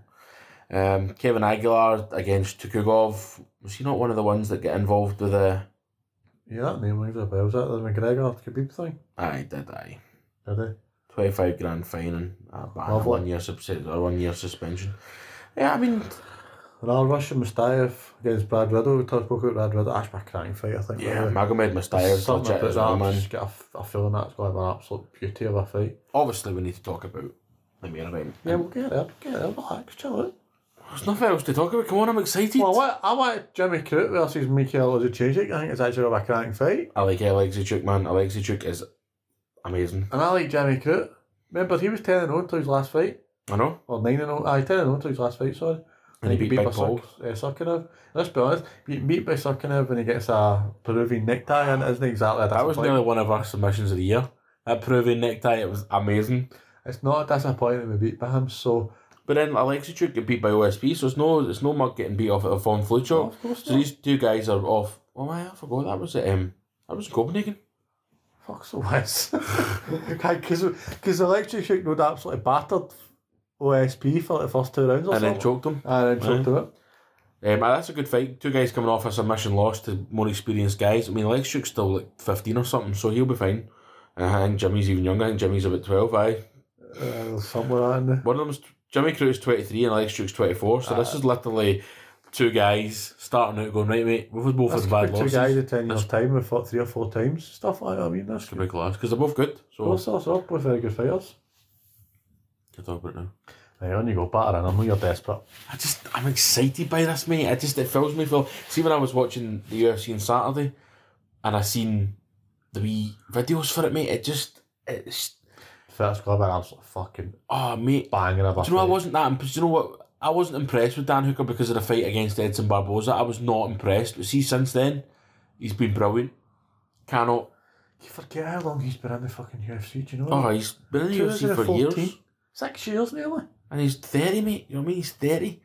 Speaker 1: Um, Kevin Aguilar against Tukugov. Was he not one of the ones that get involved with the?
Speaker 2: Yeah, that name rings a bell. Was that the McGregor Khabib thing?
Speaker 1: Aye, did I?
Speaker 2: Did it?
Speaker 1: Twenty five grand fine and uh, ban and
Speaker 2: Lovely.
Speaker 1: one year subs- or one year suspension. Yeah, I mean,
Speaker 2: Another Russian Mustayev against Brad Riddle. We talked about Brad Riddle. That's my cracking fight, I think.
Speaker 1: yeah,
Speaker 2: really.
Speaker 1: Magomed Mustayev's
Speaker 2: Something
Speaker 1: legit
Speaker 2: about
Speaker 1: as well,
Speaker 2: that, I
Speaker 1: man.
Speaker 2: just get a, a feeling that's going to be an absolute beauty of a fight.
Speaker 1: Obviously, we need to talk about the main event.
Speaker 2: Yeah, we'll get there. Get there. Relax. Chill out.
Speaker 1: There's nothing else to talk about. Come on, I'm excited.
Speaker 2: Well, I want, I want Jimmy Crute versus Mikhail Ozuchejczyk. I think it's actually a cracking fight.
Speaker 1: I like Alexei Chuk, man. Alexei Chuk is amazing.
Speaker 2: And I like Jimmy Crute. Remember, he was 10 0 until his last fight.
Speaker 1: I know.
Speaker 2: Or 9 0. Aye, 10 0 until his last fight, sorry.
Speaker 1: And he beat Big
Speaker 2: by
Speaker 1: Paul.
Speaker 2: Sur- uh, Surkinov. Let's be honest, beat, beat by Surkinov and he gets a Peruvian necktie and it isn't exactly a
Speaker 1: That was
Speaker 2: disappointment.
Speaker 1: nearly one of our submissions of the year. That Peruvian necktie, it was amazing.
Speaker 2: It's not a disappointment we beat by him, so.
Speaker 1: But then Alexei Chuk get beat by OSP, so it's no it's no mug getting beat off at a Von Fluchok.
Speaker 2: of course
Speaker 1: So these two guys are off. Oh, aye, I forgot that was at um, that was Copenhagen.
Speaker 2: Fuck so <laughs> was. Because Electric Shook would absolutely battered OSP for the first two rounds or
Speaker 1: and
Speaker 2: something.
Speaker 1: then choked them.
Speaker 2: and then choked him out.
Speaker 1: Um, ah, that's a good fight. Two guys coming off a submission loss to more experienced guys. I mean, Lex Shook's still like fifteen or something, so he'll be fine. Uh, and Jimmy's even younger. I think Jimmy's about twelve. Aye,
Speaker 2: Uh, somewhere in there.
Speaker 1: one of them's Jimmy Crew's twenty three and Lex Shook's twenty four. So
Speaker 2: Uh,
Speaker 1: this is literally two guys starting out going right, mate. We've both
Speaker 2: That's
Speaker 1: had
Speaker 2: could
Speaker 1: bad
Speaker 2: be two
Speaker 1: losses.
Speaker 2: guys in 10 years' time, we fought three or four times, stuff like that. I mean, that's
Speaker 1: Could
Speaker 2: good.
Speaker 1: be class because they're both good. So
Speaker 2: Both sorts are both very uh, good fighters.
Speaker 1: can talk about it now.
Speaker 2: Right, on you go, batter in. I know you're desperate.
Speaker 1: I just I'm excited by this, mate. I just it fills me full. See when I was watching the UFC on Saturday, and I seen the wee videos for it, mate. It just it's
Speaker 2: First club, an absolute fucking
Speaker 1: oh, mate.
Speaker 2: banger of a
Speaker 1: Do you know I
Speaker 2: fight.
Speaker 1: wasn't that impressed? Do you know what? I wasn't impressed with Dan Hooker because of the fight against Edson Barboza. I was not impressed. But see, since then, he's been brilliant. Cannot.
Speaker 2: You forget how long he's been in the fucking UFC, do you know?
Speaker 1: Oh, he's been in the UFC for
Speaker 2: 2014.
Speaker 1: years,
Speaker 2: Six years nearly.
Speaker 1: and he's thirty, mate. You know what I mean? He's thirty.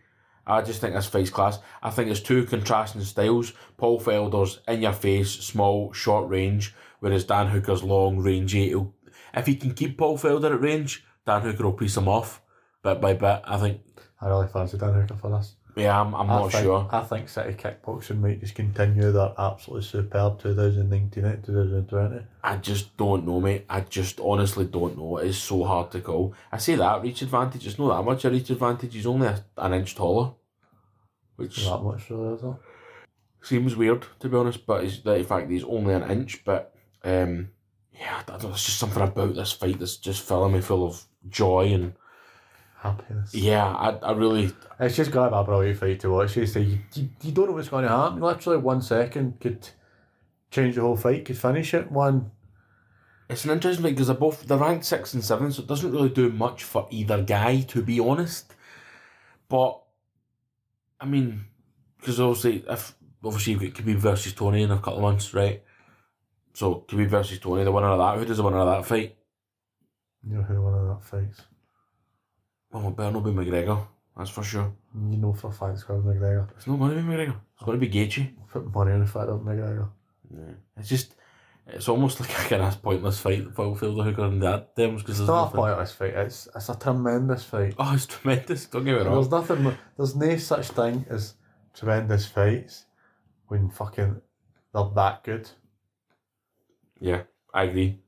Speaker 1: I just think this fight's class. I think it's two contrasting styles. Paul Felder's in your face, small, short range, whereas Dan Hooker's long, rangy. He'll, if he can keep Paul Felder at range, Dan Hooker will piece him off bit by bit. I think.
Speaker 2: I really fancy Dan Hooker for this.
Speaker 1: Yeah, I'm. I'm
Speaker 2: I
Speaker 1: not
Speaker 2: think,
Speaker 1: sure.
Speaker 2: I think City Kickboxing might just continue their absolutely superb 2019 and 2020.
Speaker 1: I just don't know, mate. I just honestly don't know. It is so hard to call. I say that reach advantage. It's not that much a reach advantage. He's only a, an inch taller, which
Speaker 2: Not that much really, is there?
Speaker 1: seems weird to be honest. But it's the fact that he's only an inch. But um, yeah, I don't know. There's just something about this fight that's just filling me full of joy and
Speaker 2: Happiness.
Speaker 1: yeah, I, I really
Speaker 2: It's just got to be a brilliant fight to watch. You, say, you, you, you don't know what's going to happen. Literally one second could change the whole fight, could finish it. One,
Speaker 1: It's an interesting thing because they're both they're ranked six and seven, so it doesn't really do much for either guy, to be honest. But I mean, because obviously, if obviously you've got Khabib versus Tony in a couple of months, right? So Khabib versus Tony, the winner of that, who does the winner of that fight?
Speaker 2: you know who the winner of that fight's.
Speaker 1: Well, it better not be McGregor, that's for sure.
Speaker 2: You know for a fact it's going to be McGregor.
Speaker 1: It's not going to be McGregor. It's going to be Gaethje.
Speaker 2: Put money on the fact that McGregor.
Speaker 1: It's just, it's almost like a kind of pointless fight that Paul Fielder Hooker and that Dems because
Speaker 2: It's
Speaker 1: there's
Speaker 2: not a
Speaker 1: nothing.
Speaker 2: pointless fight. It's, it's a tremendous fight.
Speaker 1: Oh, it's tremendous. Don't get me wrong.
Speaker 2: There's nothing. There's no such thing as tremendous fights when fucking they're that good.
Speaker 1: Yeah, I agree.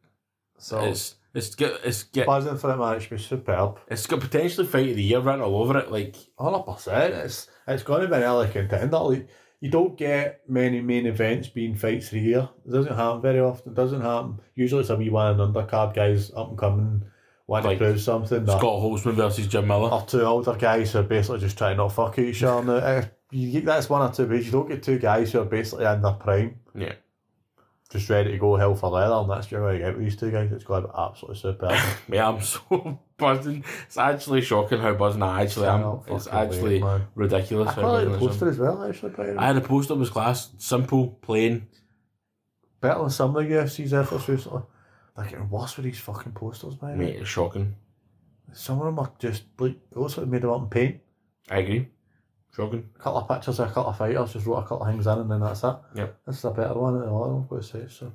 Speaker 2: So
Speaker 1: It's it's get it's get
Speaker 2: buzzing for that match was superb.
Speaker 1: it's got potentially fight of the year written all over it. Like
Speaker 2: Hundred percent. It's it's going to be an early contender. Like you don't get many main events being fights of the year. It doesn't happen very often. It doesn't happen. Usually it's a wee one and undercard guys up and coming want
Speaker 1: Like
Speaker 2: to prove something. That,
Speaker 1: Scott Holtzman versus Jim Miller.
Speaker 2: or two older guys who are basically just trying not fuck each other. Now, eh, you get that's one or two, but you don't get two guys who are basically in their prime,
Speaker 1: Yeah.
Speaker 2: just ready to go hell for leather, and that's generally what you get with these two guys. It's going to be absolutely superb.
Speaker 1: <laughs> Yeah, I'm so <laughs> buzzing. It's actually shocking how buzzing I actually am.
Speaker 2: Cannot
Speaker 1: <laughs> It's
Speaker 2: fucking wait,
Speaker 1: actually
Speaker 2: man.
Speaker 1: ridiculous.
Speaker 2: I
Speaker 1: how
Speaker 2: quite like the
Speaker 1: buzzing I am.
Speaker 2: poster as well. Actually, pretty
Speaker 1: I had a poster that was class, simple, plain.
Speaker 2: better than some of the UFC's efforts recently. They're getting worse with these fucking posters, man.
Speaker 1: Mate, it's shocking.
Speaker 2: Some of them are just like it looks like they made them up in paint.
Speaker 1: I agree. Shocking.
Speaker 2: A couple of pictures of a couple of fighters, just wrote a couple of things in, and then that's it.
Speaker 1: Yep.
Speaker 2: This is a better one than the other one. I've got to say so.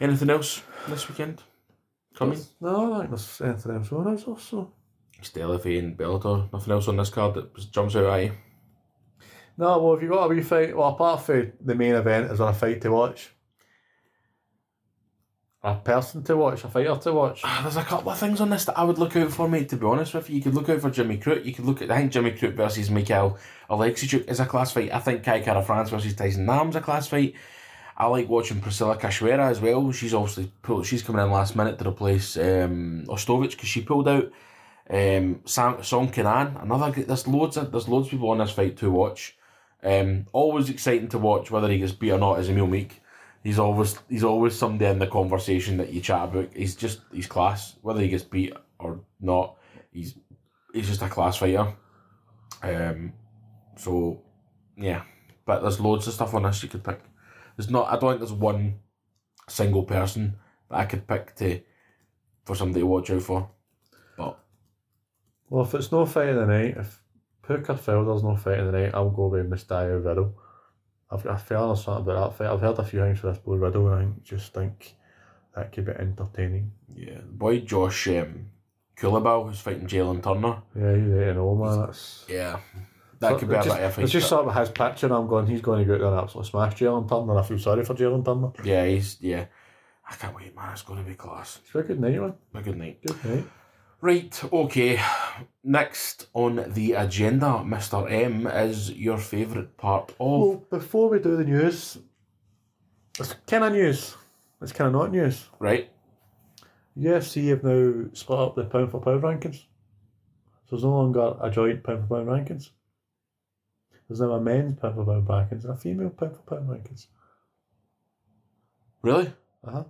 Speaker 1: Anything else this weekend? Coming?
Speaker 2: No, I don't think there's anything else on us also.
Speaker 1: It's Delafe and Bellator. Nothing else on this card that was- jumps out at you.
Speaker 2: No, well, if you got a wee fight, well, apart from the main event, is there a fight to watch? A person to watch, a fighter to watch.
Speaker 1: Ah, There's a couple of things on this that I would look out for, mate, to be honest with you. You could look out for Jimmy Crute. You could look at, I think Jimmy Crute versus Mikhail Alexichuk is a class fight. I think Kai Kara France versus Tyson Nam's a class fight. I like watching Priscilla Cachoeira as well. She's obviously pulled, she's coming in last minute to replace um, Ostovich because she pulled out. Um, Sam, Song Kanan, another. g- There's loads of there's loads of people on this fight to watch. Um, always exciting to watch whether he gets beat or not is Emil Meek. He's always he's always somebody in the conversation that you chat about. He's just he's class. Whether he gets beat or not, he's he's just a class fighter. Um, so yeah, but there's loads of stuff on this you could pick. There's not. I don't think there's one single person that I could pick to for somebody to watch out for. But
Speaker 2: Well, if it's no fight of the night, if Pooker Felder's no fight of the night, I'll go with Mysterio Riddle. I've got a feeling or something about that fight. I've heard a few things for this boy Riddle, and I think, just think that could be entertaining.
Speaker 1: Yeah, the boy Josh um, Koulibaly who's fighting Jalen Turner.
Speaker 2: Yeah, he's eight and all, man. That's,
Speaker 1: Yeah, that could be
Speaker 2: just,
Speaker 1: a bit of a
Speaker 2: It's just
Speaker 1: fight.
Speaker 2: sort of his picture, and I'm going, he's going to go out there and absolutely smash Jalen Turner, and I feel sorry for Jalen Turner.
Speaker 1: Yeah, he's yeah. I can't wait, man. It's going to be class.
Speaker 2: It's a good night, man.
Speaker 1: Have A good night.
Speaker 2: Good night.
Speaker 1: Right. Okay. Next on the agenda, Mister M, is your favourite part of
Speaker 2: Well, before we do the news, it's kind of news. It's kind of not news.
Speaker 1: right.
Speaker 2: UFC have now split up the pound for pound rankings. So there's no longer a joint pound for pound rankings. There's now a men's pound for pound rankings and a female pound for pound rankings.
Speaker 1: Really?
Speaker 2: Uh huh.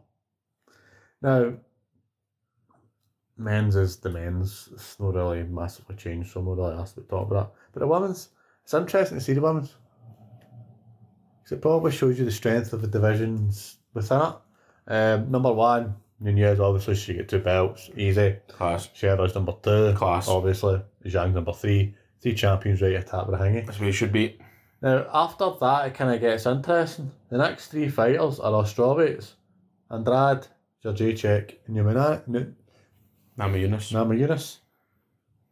Speaker 2: Now, men's is the men's. It's not really massively changed, so I'm not really asked to talk about that. But the women's, it's interesting to see the women's. Because it probably shows you the strength of the divisions within it. Um, number one, Nunez, obviously, she get two belts, easy.
Speaker 1: Class.
Speaker 2: Sherra's number two.
Speaker 1: Class.
Speaker 2: Obviously. Zhang's number three. Three champions right at the top of the hanging.
Speaker 1: That's where it should be.
Speaker 2: Now, after that, it kind of gets interesting. The next three fighters are our strawweights. Andrade, Jacek, and Yumina, N-
Speaker 1: Nama Yunus.
Speaker 2: Nama Yunus.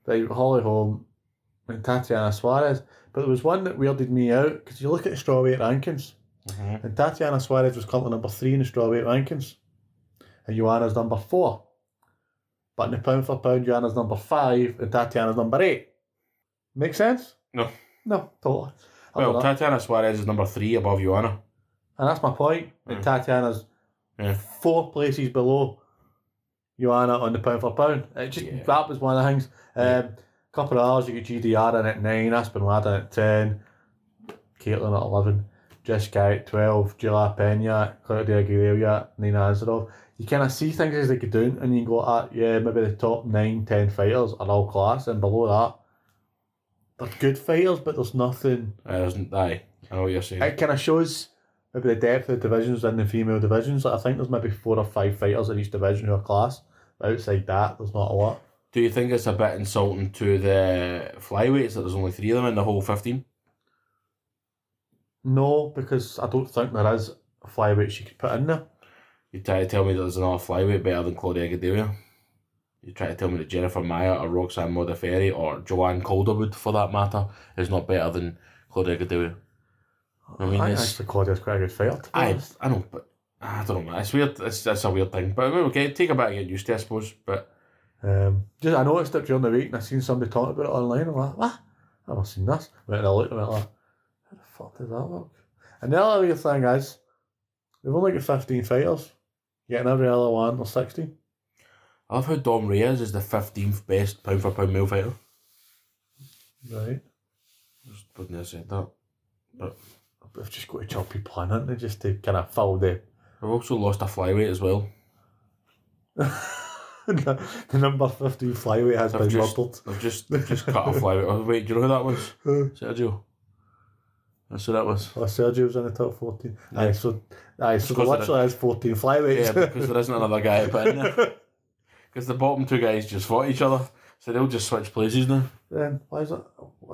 Speaker 2: They Holly Holm and Tatiana Suarez. But there was one that weirded me out because you look at the strawweight rankings,
Speaker 1: Mhm.
Speaker 2: and Tatiana Suarez was currently number three in the strawweight rankings, and Joanna's number four. But in the pound for pound, Joanna's number five, and Tatiana's number eight. Make sense?
Speaker 1: No.
Speaker 2: No, totally. I
Speaker 1: Well,
Speaker 2: don't know.
Speaker 1: Tatiana Suarez is number three above Joanna.
Speaker 2: and that's my point. And
Speaker 1: Mm.
Speaker 2: Tatiana's
Speaker 1: Yeah.
Speaker 2: four places below Joanna on the pound for pound. It just
Speaker 1: Yeah.
Speaker 2: that was one of the things. Um,
Speaker 1: Yeah.
Speaker 2: couple of hours, you get GDR in at nine, Aspen Ladd in at ten, Caitlin at eleven, Jess Guy at twelve, Jilla Pena, Claudia Aguilera, Nina Azarov. You kind of see things as they go down, and you go, ah, yeah, maybe the top nine, ten fighters are all class, and below that, they're good fighters, but there's nothing
Speaker 1: Uh, isn't I? I know what you're saying.
Speaker 2: it kind of shows maybe the depth of the divisions in the female divisions. Like I think there's maybe four or five fighters in each division who are class. But outside that, there's not a lot.
Speaker 1: Do you think it's a bit insulting to the flyweights that there's only three of them in the whole fifteen?
Speaker 2: No, because I don't think there is a flyweight you could put in there.
Speaker 1: You try to tell me that there's another flyweight better than Claudia Gadelia. You try to tell me that Jennifer Maya or Roxanne Modafferi or Joanne Calderwood, for that matter, is not better than Claudio Gadelia. I mean,
Speaker 2: I
Speaker 1: it's,
Speaker 2: actually Claudio's quite a good fighter. to be
Speaker 1: I,
Speaker 2: honest.
Speaker 1: I know, but I don't know, man. It's weird. It's, it's a weird thing. But okay, take a bit to get used to, I suppose. But
Speaker 2: Um, just I noticed it during the week, and I seen somebody talking about it online. I'm like, what? I've not seen this. Went and I looked at it like, how the fuck does that work? And the other weird thing is, they've only got 15 fighters, yet in every other one there's 16.
Speaker 1: I love how Dom Reyes is the fifteenth best pound for pound male fighter.
Speaker 2: Right.
Speaker 1: Just wouldn't have said that.
Speaker 2: They've just got to chop people in, haven't they? Just to kind of fill the, <laughs>
Speaker 1: I've also lost a flyweight as well.
Speaker 2: the number 15 flyweight has
Speaker 1: They've
Speaker 2: been
Speaker 1: just-
Speaker 2: murdered.
Speaker 1: I've just just cut a flyweight. Oh, wait, do you know who that was?
Speaker 2: Uh,
Speaker 1: Sergio. That's who that was.
Speaker 2: Oh, Sergio was in the top 14.
Speaker 1: Yeah.
Speaker 2: Aye, so, aye, so there
Speaker 1: Because of
Speaker 2: literally has 14
Speaker 1: Yeah,
Speaker 2: <laughs> flyweights.
Speaker 1: because there isn't another guy to put in there.
Speaker 2: <laughs>
Speaker 1: Because the bottom two guys just fought each other, so they'll just switch places now.
Speaker 2: Then why is it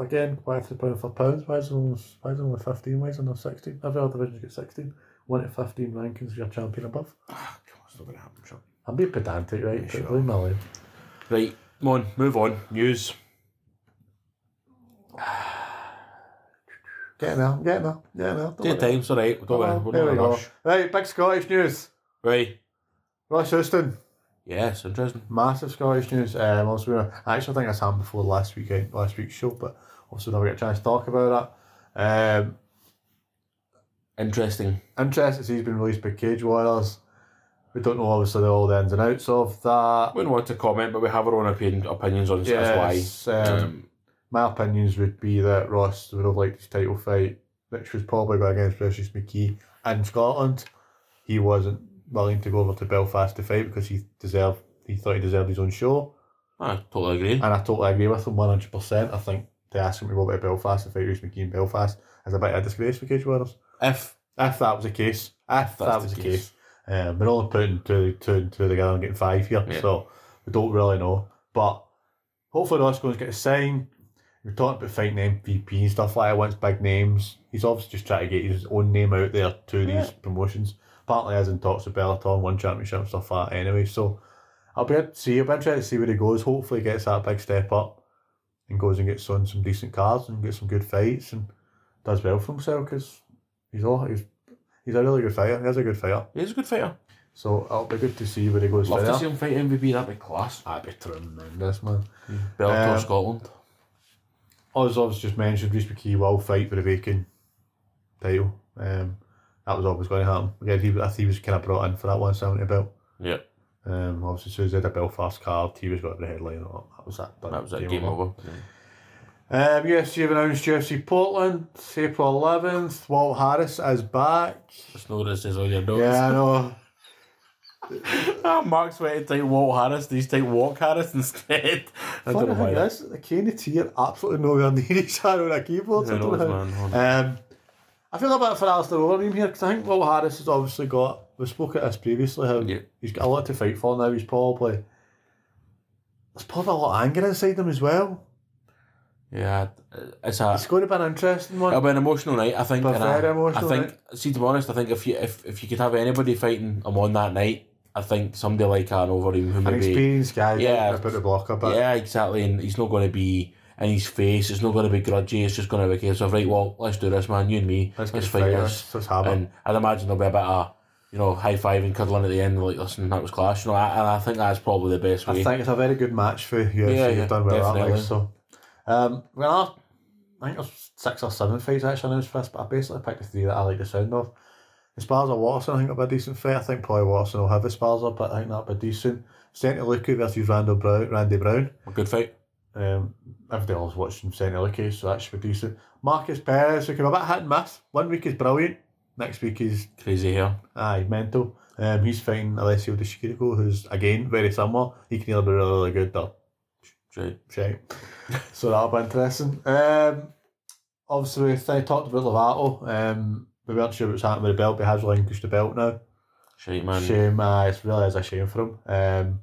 Speaker 2: again? Why is it pound for pounds? Why is it only why is it only fifteen? Why is it not sixteen? Every other division's got sixteen. One at fifteen rankings, your champion above.
Speaker 1: Ah, come on, it's not going to happen, sure.
Speaker 2: I'm being pedantic, right?
Speaker 1: Yeah,
Speaker 2: but
Speaker 1: sure.
Speaker 2: leave me alone.
Speaker 1: Right, come on, move on. News.
Speaker 2: Getting there, I'm getting there, getting there. Don't
Speaker 1: Take
Speaker 2: worry.
Speaker 1: your time, it's alright. Don't worry, we're
Speaker 2: Well,
Speaker 1: not
Speaker 2: Oh, there we
Speaker 1: in a
Speaker 2: go.
Speaker 1: rush.
Speaker 2: Right, big Scottish news.
Speaker 1: Right,
Speaker 2: Ross Houston,
Speaker 1: yeah, it's interesting.
Speaker 2: massive Scottish news. Um, also, we were- I actually think this happened before last week, eh, last week's show, but obviously never get a chance to talk about it. Um,
Speaker 1: Interesting.
Speaker 2: interesting, to see he's been released by Cage Warriors. We don't know obviously all the ins and outs of that.
Speaker 1: We don't want to comment, but we have our own opinion, opinions on it, so that's
Speaker 2: Yes,
Speaker 1: why.
Speaker 2: um, my opinions would be that Ross would have liked his title fight, which was probably going against Precious McKee in Scotland. He wasn't willing to go over to Belfast to fight because he deserved he thought he deserved his own show.
Speaker 1: I totally agree.
Speaker 2: And I totally agree with him one hundred percent. I think to ask him to go over to Belfast to fight Reece McKee in Belfast is a bit of a disgrace for Cage Warriors.
Speaker 1: if
Speaker 2: If that was the case. If that was the case. Um, we're only putting two, two and two together and getting five here,
Speaker 1: Yeah.
Speaker 2: so we don't really know. But hopefully, Ross going to get a sign. We're talking about fighting MVP and stuff like that. Wants big names. He's obviously just trying to get his own name out there to these promotions. Partly as in talks with Bellator, one championship and stuff like that. Anyway, so I'll be able to see. I'll be interested to see where he goes. Hopefully, he gets that big step up and goes and gets on some decent cards and gets some good fights and does well for himself because he's all he's he's a really good fighter. He is a good fighter.
Speaker 1: He's a good fighter.
Speaker 2: So it'll be good to see where he goes
Speaker 1: Love
Speaker 2: from
Speaker 1: to see
Speaker 2: there. Ah,
Speaker 1: him fight MVP, that'd be class.
Speaker 2: That'd be tremendous, man.
Speaker 1: Bellator
Speaker 2: Um,
Speaker 1: Scotland.
Speaker 2: As I've just mentioned, Reece McKee will fight for the vacant title. Um, that was always going to happen. Again, he, I think he was kind of brought in for that 170 belt.
Speaker 1: Yeah,
Speaker 2: Um, obviously, as soon as he had a Belfast card, he was got the headline. and all. That was that. done.
Speaker 1: that was a game over.
Speaker 2: Um, UFC have announced UFC Portland, April 11th. Walt Harris is back.
Speaker 1: It's no this is on your nose.
Speaker 2: Yeah, I know.
Speaker 1: Ah, Mark's waiting to take Walt Harris, these take Walk Harris instead. <laughs> I don't
Speaker 2: Funny
Speaker 1: know
Speaker 2: thing
Speaker 1: why. that-
Speaker 2: is, the Kane and T are absolutely nowhere near <laughs> each other on a keyboard.
Speaker 1: Who
Speaker 2: I don't
Speaker 1: knows,
Speaker 2: know how-
Speaker 1: man? Hold on.
Speaker 2: Um, I feel a bit for Alistair Overeem here because I think Will Harris has obviously got. We spoke at this previously. How
Speaker 1: Yeah.
Speaker 2: he's got a lot to fight for now. He's probably there's probably a lot of anger inside him as well.
Speaker 1: Yeah, it's a.
Speaker 2: It's going to be an interesting one.
Speaker 1: It'll be an emotional night, I think.
Speaker 2: But
Speaker 1: and I-
Speaker 2: very emotional
Speaker 1: I think, see, to be honest, I think if you if, if you could have anybody fighting him on that night, I think somebody like an Overeem who
Speaker 2: an
Speaker 1: maybe,
Speaker 2: experienced guy.
Speaker 1: Yeah.
Speaker 2: about the block a bit.
Speaker 1: yeah, exactly, and he's not going to be in his face. It's not going to be grudgy. It's just going to be a case of right, well, let's do this, man. You and me,
Speaker 2: Let's
Speaker 1: let's,
Speaker 2: get a
Speaker 1: fight
Speaker 2: fight,
Speaker 1: this.
Speaker 2: let's- let's have it.
Speaker 1: and I'd imagine there'll be a bit of you know high five and cuddling at the end, like listen, that was class. You know, I, and I think that's probably the best way.
Speaker 2: I think it's a very good match for you. Yeah,
Speaker 1: Yeah,
Speaker 2: you've
Speaker 1: yeah,
Speaker 2: done well that way.
Speaker 1: definitely.
Speaker 2: So, um, well, I, I think there's six or seven fights actually announced for this, but I basically picked the three that I like the sound of. Esparza Watson, I think that'll be a decent fight. I think probably Watson will have Esparza, but I think that'll be decent. Santa Luca versus Randall Brown, Randy Brown.
Speaker 1: a good fight.
Speaker 2: Um, everybody else watching Santa Luca, so that should be decent. Marcus Perez, who came a bit hit and miss. One week is brilliant, next week is
Speaker 1: Crazy hair.
Speaker 2: Aye, mental. Um, he's fighting Alessio De Chirico, who's again very similar. He can either be really, really good or
Speaker 1: Right.
Speaker 2: shite. so that'll be interesting. Um, obviously, we th- talked about Lovato. Um, we weren't sure what's happening with the belt, but he has relinquished the belt now.
Speaker 1: Shite, man.
Speaker 2: Shame, uh, it's really is a shame for him. Um,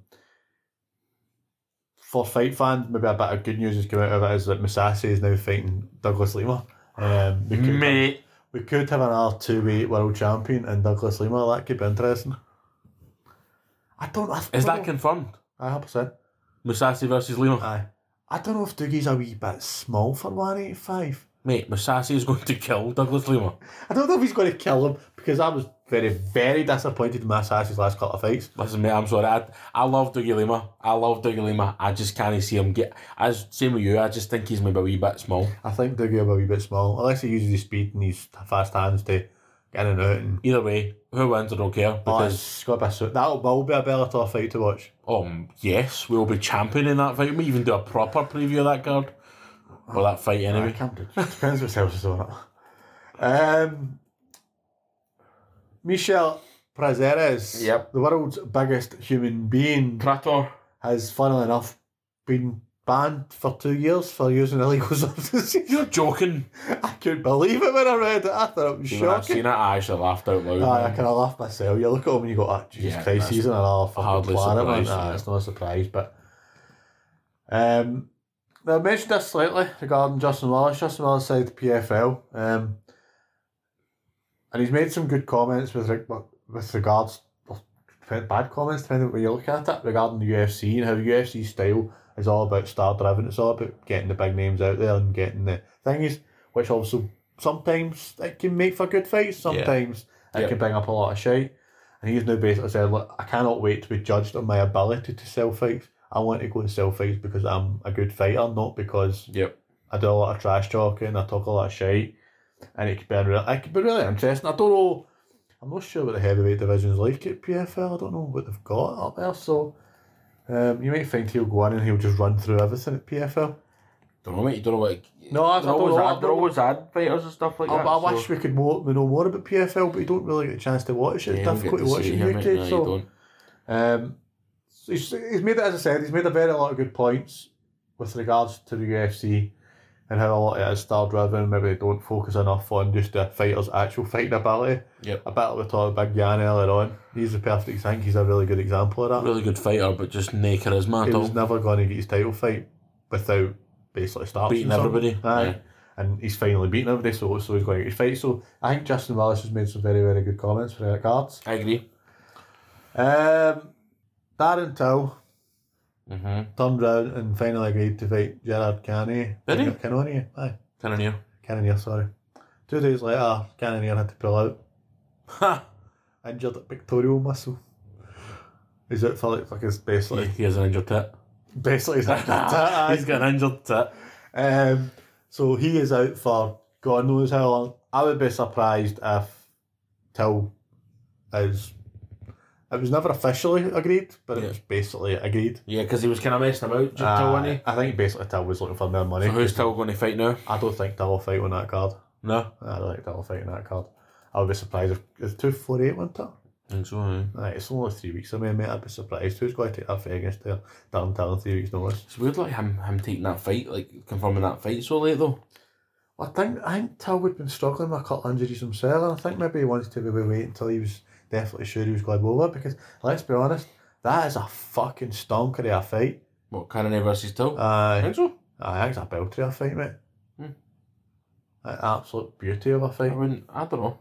Speaker 2: for fight fans, maybe a bit of good news has come out of it is that Masasi is now fighting Douglas Lima. Um, we, could have,
Speaker 1: Mate.
Speaker 2: we could have another two-weight world champion and Douglas Lima. That could be interesting. I don't. I
Speaker 1: Is
Speaker 2: don't
Speaker 1: that
Speaker 2: know.
Speaker 1: confirmed?
Speaker 2: I hundred percent.
Speaker 1: Musasi versus Lima.
Speaker 2: Aye. I don't know if Doogie's a wee bit small for 185.
Speaker 1: Mate, Masasi is going to kill Douglas Lima.
Speaker 2: I don't know if he's going to kill him because I was very, very disappointed in Masashi's last couple of fights.
Speaker 1: Listen, mate, I'm sorry. I, I love Dougie Lima. I love Dougie Lima. I just can't see him get. As same with you, I just think he's maybe a wee bit small.
Speaker 2: I think Dougie will be a bit small unless he uses his speed and his fast hands to get in and out. And,
Speaker 1: Either way, who wins, I don't care.
Speaker 2: oh,
Speaker 1: Because,
Speaker 2: it's got to be a, su- that will be a Bellator fight to watch.
Speaker 1: um, yes, we will be championing that fight. We even do a proper preview of that card. Well, that fight anyway.
Speaker 2: can't do it. <laughs> Depends what else is on it. Um, Michel Prazeres,
Speaker 1: Yep.
Speaker 2: the world's biggest human being,
Speaker 1: Prator.
Speaker 2: has, funnily enough, been banned for two years for using illegal <laughs> substances.
Speaker 1: You're joking.
Speaker 2: I couldn't believe it when I read it. I thought it was
Speaker 1: When I've
Speaker 2: shocking.
Speaker 1: seen it, I actually laughed out loud.
Speaker 2: Aye, I
Speaker 1: man.
Speaker 2: kind of laugh myself. You look at him and you go, ah, Jesus
Speaker 1: Yeah,
Speaker 2: Christ,
Speaker 1: that's
Speaker 2: he's in another
Speaker 1: hardly
Speaker 2: fucking planet. Man.
Speaker 1: surprised,
Speaker 2: Nah,
Speaker 1: yeah.
Speaker 2: it's not a surprise, but... Um, now, I mentioned this slightly regarding Justin Wallace. Justin Wallace said the PFL, um, and he's made some good comments with reg- with regards, or bad comments, depending on where you look at it, regarding the UFC and how the UFC style is all about star driven. It's all about getting the big names out there and getting the thingies, which also sometimes it can make for good fights, sometimes it
Speaker 1: Yeah.
Speaker 2: can bring up a lot of shit. And he's now basically said, Look, I cannot wait to be judged on my ability to sell fights. I want to go and sell fights because I'm a good fighter, not because
Speaker 1: Yep.
Speaker 2: I do a lot of trash talking, I talk a lot of shit. And it could be unreal. It could be really interesting. I don't know I'm not sure what the heavyweight division's like at PFL. I don't know what they've got up there, so um, you might find he'll go in and he'll just run through everything at PFL.
Speaker 1: Don't know, mate. You don't know what.
Speaker 2: No, I, I
Speaker 1: They're
Speaker 2: don't
Speaker 1: always,
Speaker 2: know. I
Speaker 1: ad, they're
Speaker 2: don't-
Speaker 1: always ad fighters and stuff like
Speaker 2: I,
Speaker 1: that.
Speaker 2: Oh, I
Speaker 1: so-
Speaker 2: wish we could more, we know more about PFL, but you don't really get a chance to watch
Speaker 1: Yeah,
Speaker 2: it.
Speaker 1: you
Speaker 2: It's
Speaker 1: don't
Speaker 2: difficult
Speaker 1: get
Speaker 2: to watch
Speaker 1: see
Speaker 2: it
Speaker 1: him,
Speaker 2: in
Speaker 1: mate.
Speaker 2: UK.
Speaker 1: No, you
Speaker 2: so,
Speaker 1: don't.
Speaker 2: um, so he's, he's made it, as I said, he's made a very lot of good points with regards to the UFC and how a lot of it is star driven. Maybe they don't focus enough on just the fighters' actual fighting ability.
Speaker 1: Yep.
Speaker 2: I battle with talked about Big Yan earlier on. He's the perfect example. He's a really good example of that
Speaker 1: Really good fighter, but just no charisma
Speaker 2: he
Speaker 1: at all.
Speaker 2: was never going to get his title fight without basically starting
Speaker 1: Beating
Speaker 2: something.
Speaker 1: everybody,
Speaker 2: Aye.
Speaker 1: yeah.
Speaker 2: And he's finally beaten everybody, so, so he's going to get his fight. So I think Justin Wallace has made some very, very good comments for Eric Guards.
Speaker 1: I agree.
Speaker 2: Um, Darren Till
Speaker 1: Mm-hmm.
Speaker 2: turned round and finally agreed to fight Gerard Canny.
Speaker 1: Did he?
Speaker 2: Cannonier, aye.
Speaker 1: Kind of new.
Speaker 2: Cannonier, sorry. Two days later, Cannonier had to pull out.
Speaker 1: Ha!
Speaker 2: Injured pectoral muscle. He's out for like fucking basically, <laughs>
Speaker 1: he has an injured tit. <laughs>
Speaker 2: basically he's out for that, aye.
Speaker 1: He's got an injured tit.
Speaker 2: Um, so he is out for God knows how long. I would be surprised if Till is. It was never officially agreed, but it
Speaker 1: Yeah.
Speaker 2: was basically agreed.
Speaker 1: Yeah, because he was kind of messing about just
Speaker 2: Uh,
Speaker 1: till when he.
Speaker 2: I think basically Till was looking for more money.
Speaker 1: So who's still going to fight now?
Speaker 2: I don't think Till will fight on that card.
Speaker 1: No.
Speaker 2: I don't think Till will fight on that card. I would be surprised if if two four eight went up.
Speaker 1: I think so, aye.
Speaker 2: Right, it's only three weeks. I mean, mate, I'd be surprised. Who's going to take that fight against Till? Darren Till in three weeks' notice?
Speaker 1: It's weird, like him, him taking that fight, like confirming that fight so late though.
Speaker 2: I think I think Talbot's been struggling with a couple of injuries himself, and I think maybe he wanted to maybe wait until he was definitely sure he was going over because let's be honest, that is a fucking stonker of a fight.
Speaker 1: What Cannoneer versus Till? I
Speaker 2: Aye,
Speaker 1: think so.
Speaker 2: aye, it's a belter of a fight, mate.
Speaker 1: Hmm.
Speaker 2: An absolute beauty of a
Speaker 1: I
Speaker 2: fight.
Speaker 1: wouldn't. I don't know.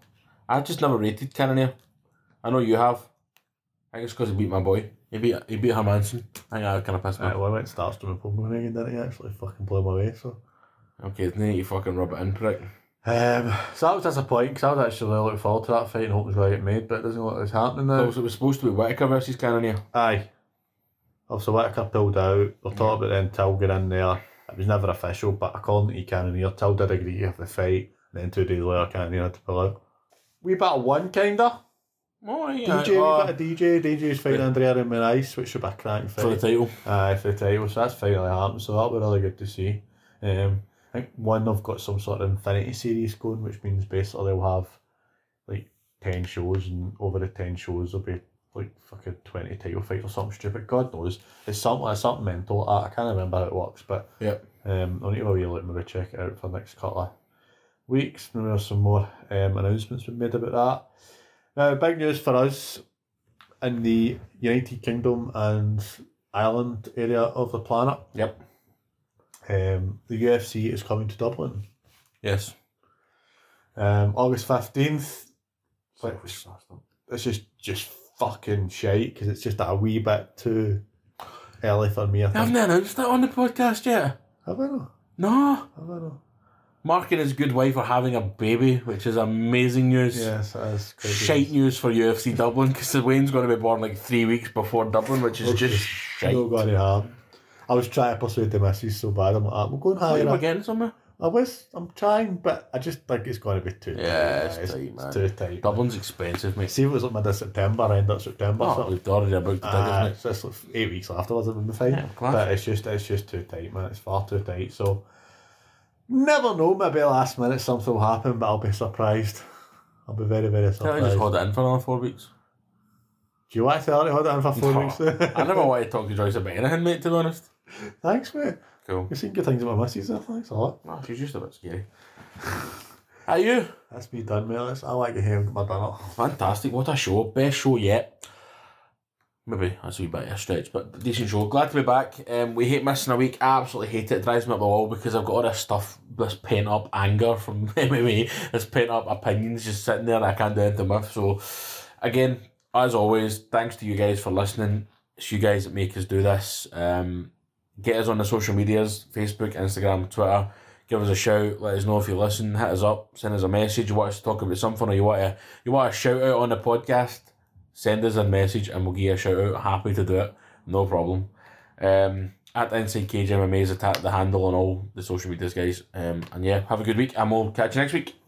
Speaker 1: I've just never rated Cannoneer. I know you have. I think it's because he beat my boy. He beat he beat Hermanson. I think that kind of pissed me.
Speaker 2: Right, well, I went Starstorm and Pokemon again, didn't he? Actually, fucking blew my way. So,
Speaker 1: Okay, then you fucking rub it in, prick.
Speaker 2: um, so that was disappointing because I was actually looking forward to that fight and hoping it was going to get made, but it doesn't look like it's happening now.
Speaker 1: It was, it was supposed to be Whitaker versus Cannoneer.
Speaker 2: Aye. Obviously, Whitaker pulled out. We'll talk about then Till got in there. It was never official, but according to Cannoneer, Till did agree to have the fight. And then two days later, Cannoneer had to pull out. We better one, kinda.
Speaker 1: Oh, yeah.
Speaker 2: DJ,
Speaker 1: oh,
Speaker 2: we better DJ. DJ's fighting
Speaker 1: Yeah.
Speaker 2: Andrea and Ice, which should be a cracking
Speaker 1: for the
Speaker 2: fight.
Speaker 1: title.
Speaker 2: Aye, for the title. So that's finally happened. So that'll be really good to see. Um, I think one, they've got some sort of Infinity series going, which means basically they'll have like 10 shows, and over the 10 shows, there'll be like fucking 20 title fights or something stupid. God knows. It's something, it's something mental. I, I can't remember how it works, but
Speaker 1: Yep.
Speaker 2: um, I'll need to have a wee look maybe check it out for the next couple of weeks. Maybe there's some more um, announcements been made about that. Now, big news for us in the United Kingdom and Ireland area of the planet.
Speaker 1: Yep.
Speaker 2: Um, the UFC is coming to Dublin.
Speaker 1: Yes.
Speaker 2: Um, August 15th. It's like, It's just, just fucking shite because it's just a wee bit too early for me. I
Speaker 1: They
Speaker 2: think.
Speaker 1: haven't announced that on the podcast yet.
Speaker 2: Have I not?
Speaker 1: No.
Speaker 2: Have I not?
Speaker 1: Mark and his good wife are having a baby, which is amazing news.
Speaker 2: Yes, that is crazy.
Speaker 1: Shite news for UFC Dublin because Wayne's going to be born like three weeks before Dublin, which is just shite.
Speaker 2: No got it hard. I was trying to persuade the missus so bad. I'm like, I'm going higher.
Speaker 1: We're
Speaker 2: up."
Speaker 1: getting somewhere.
Speaker 2: I was, I'm trying, but I just think it's going to be too
Speaker 1: Yeah,
Speaker 2: tight.
Speaker 1: it's tight, man.
Speaker 2: It's too tight.
Speaker 1: Dublin's expensive, mate.
Speaker 2: See if it was like mid of September, I end up September.
Speaker 1: Oh,
Speaker 2: so
Speaker 1: we've already about the
Speaker 2: Ah,
Speaker 1: tickets,
Speaker 2: it's just like eight weeks afterwards, it would be fine.
Speaker 1: Yeah, class.
Speaker 2: but it's just, it's just too tight, man. It's far too tight. So, never know. Maybe last minute something will happen, but I'll be surprised. <laughs> I'll be very, very
Speaker 1: mate. Can I just
Speaker 2: surprised.
Speaker 1: hold it in for another four weeks?
Speaker 2: Do you want to tell it? Hold it in for four
Speaker 1: No.
Speaker 2: weeks. <laughs>
Speaker 1: I never want to talk to Joyce about anything, mate, to be honest.
Speaker 2: Thanks, mate.
Speaker 1: Cool.
Speaker 2: You've seen good things about my missus. there. Thanks a lot.
Speaker 1: Oh, she's just a bit scary. <laughs> Are you?
Speaker 2: That's me done, mate. That's, I like to hear my dinner.
Speaker 1: Fantastic. What a show. Best show yet. Maybe that's a wee bit of a stretch, but decent show. Glad to be back. Um, we hate missing a week. I absolutely hate it. It drives me up the wall because I've got all this stuff, this pent up anger from <laughs> MMA, this pent up opinions just sitting there and I can't do anything with. So, again, as always, thanks to you guys for listening. It's you guys that make us do this. Um, get us on the social medias Facebook, Instagram, Twitter. Give us a shout. Let us know if you listen. Hit us up. Send us a message. You want us to talk about something or you want to you want a shout out on the podcast, send us a message and we'll give you a shout out. Happy to do it. No problem. Um, at Inside Cage MMA is at the handle on all the social medias, guys. Um, and yeah, have a good week and we'll catch you next week.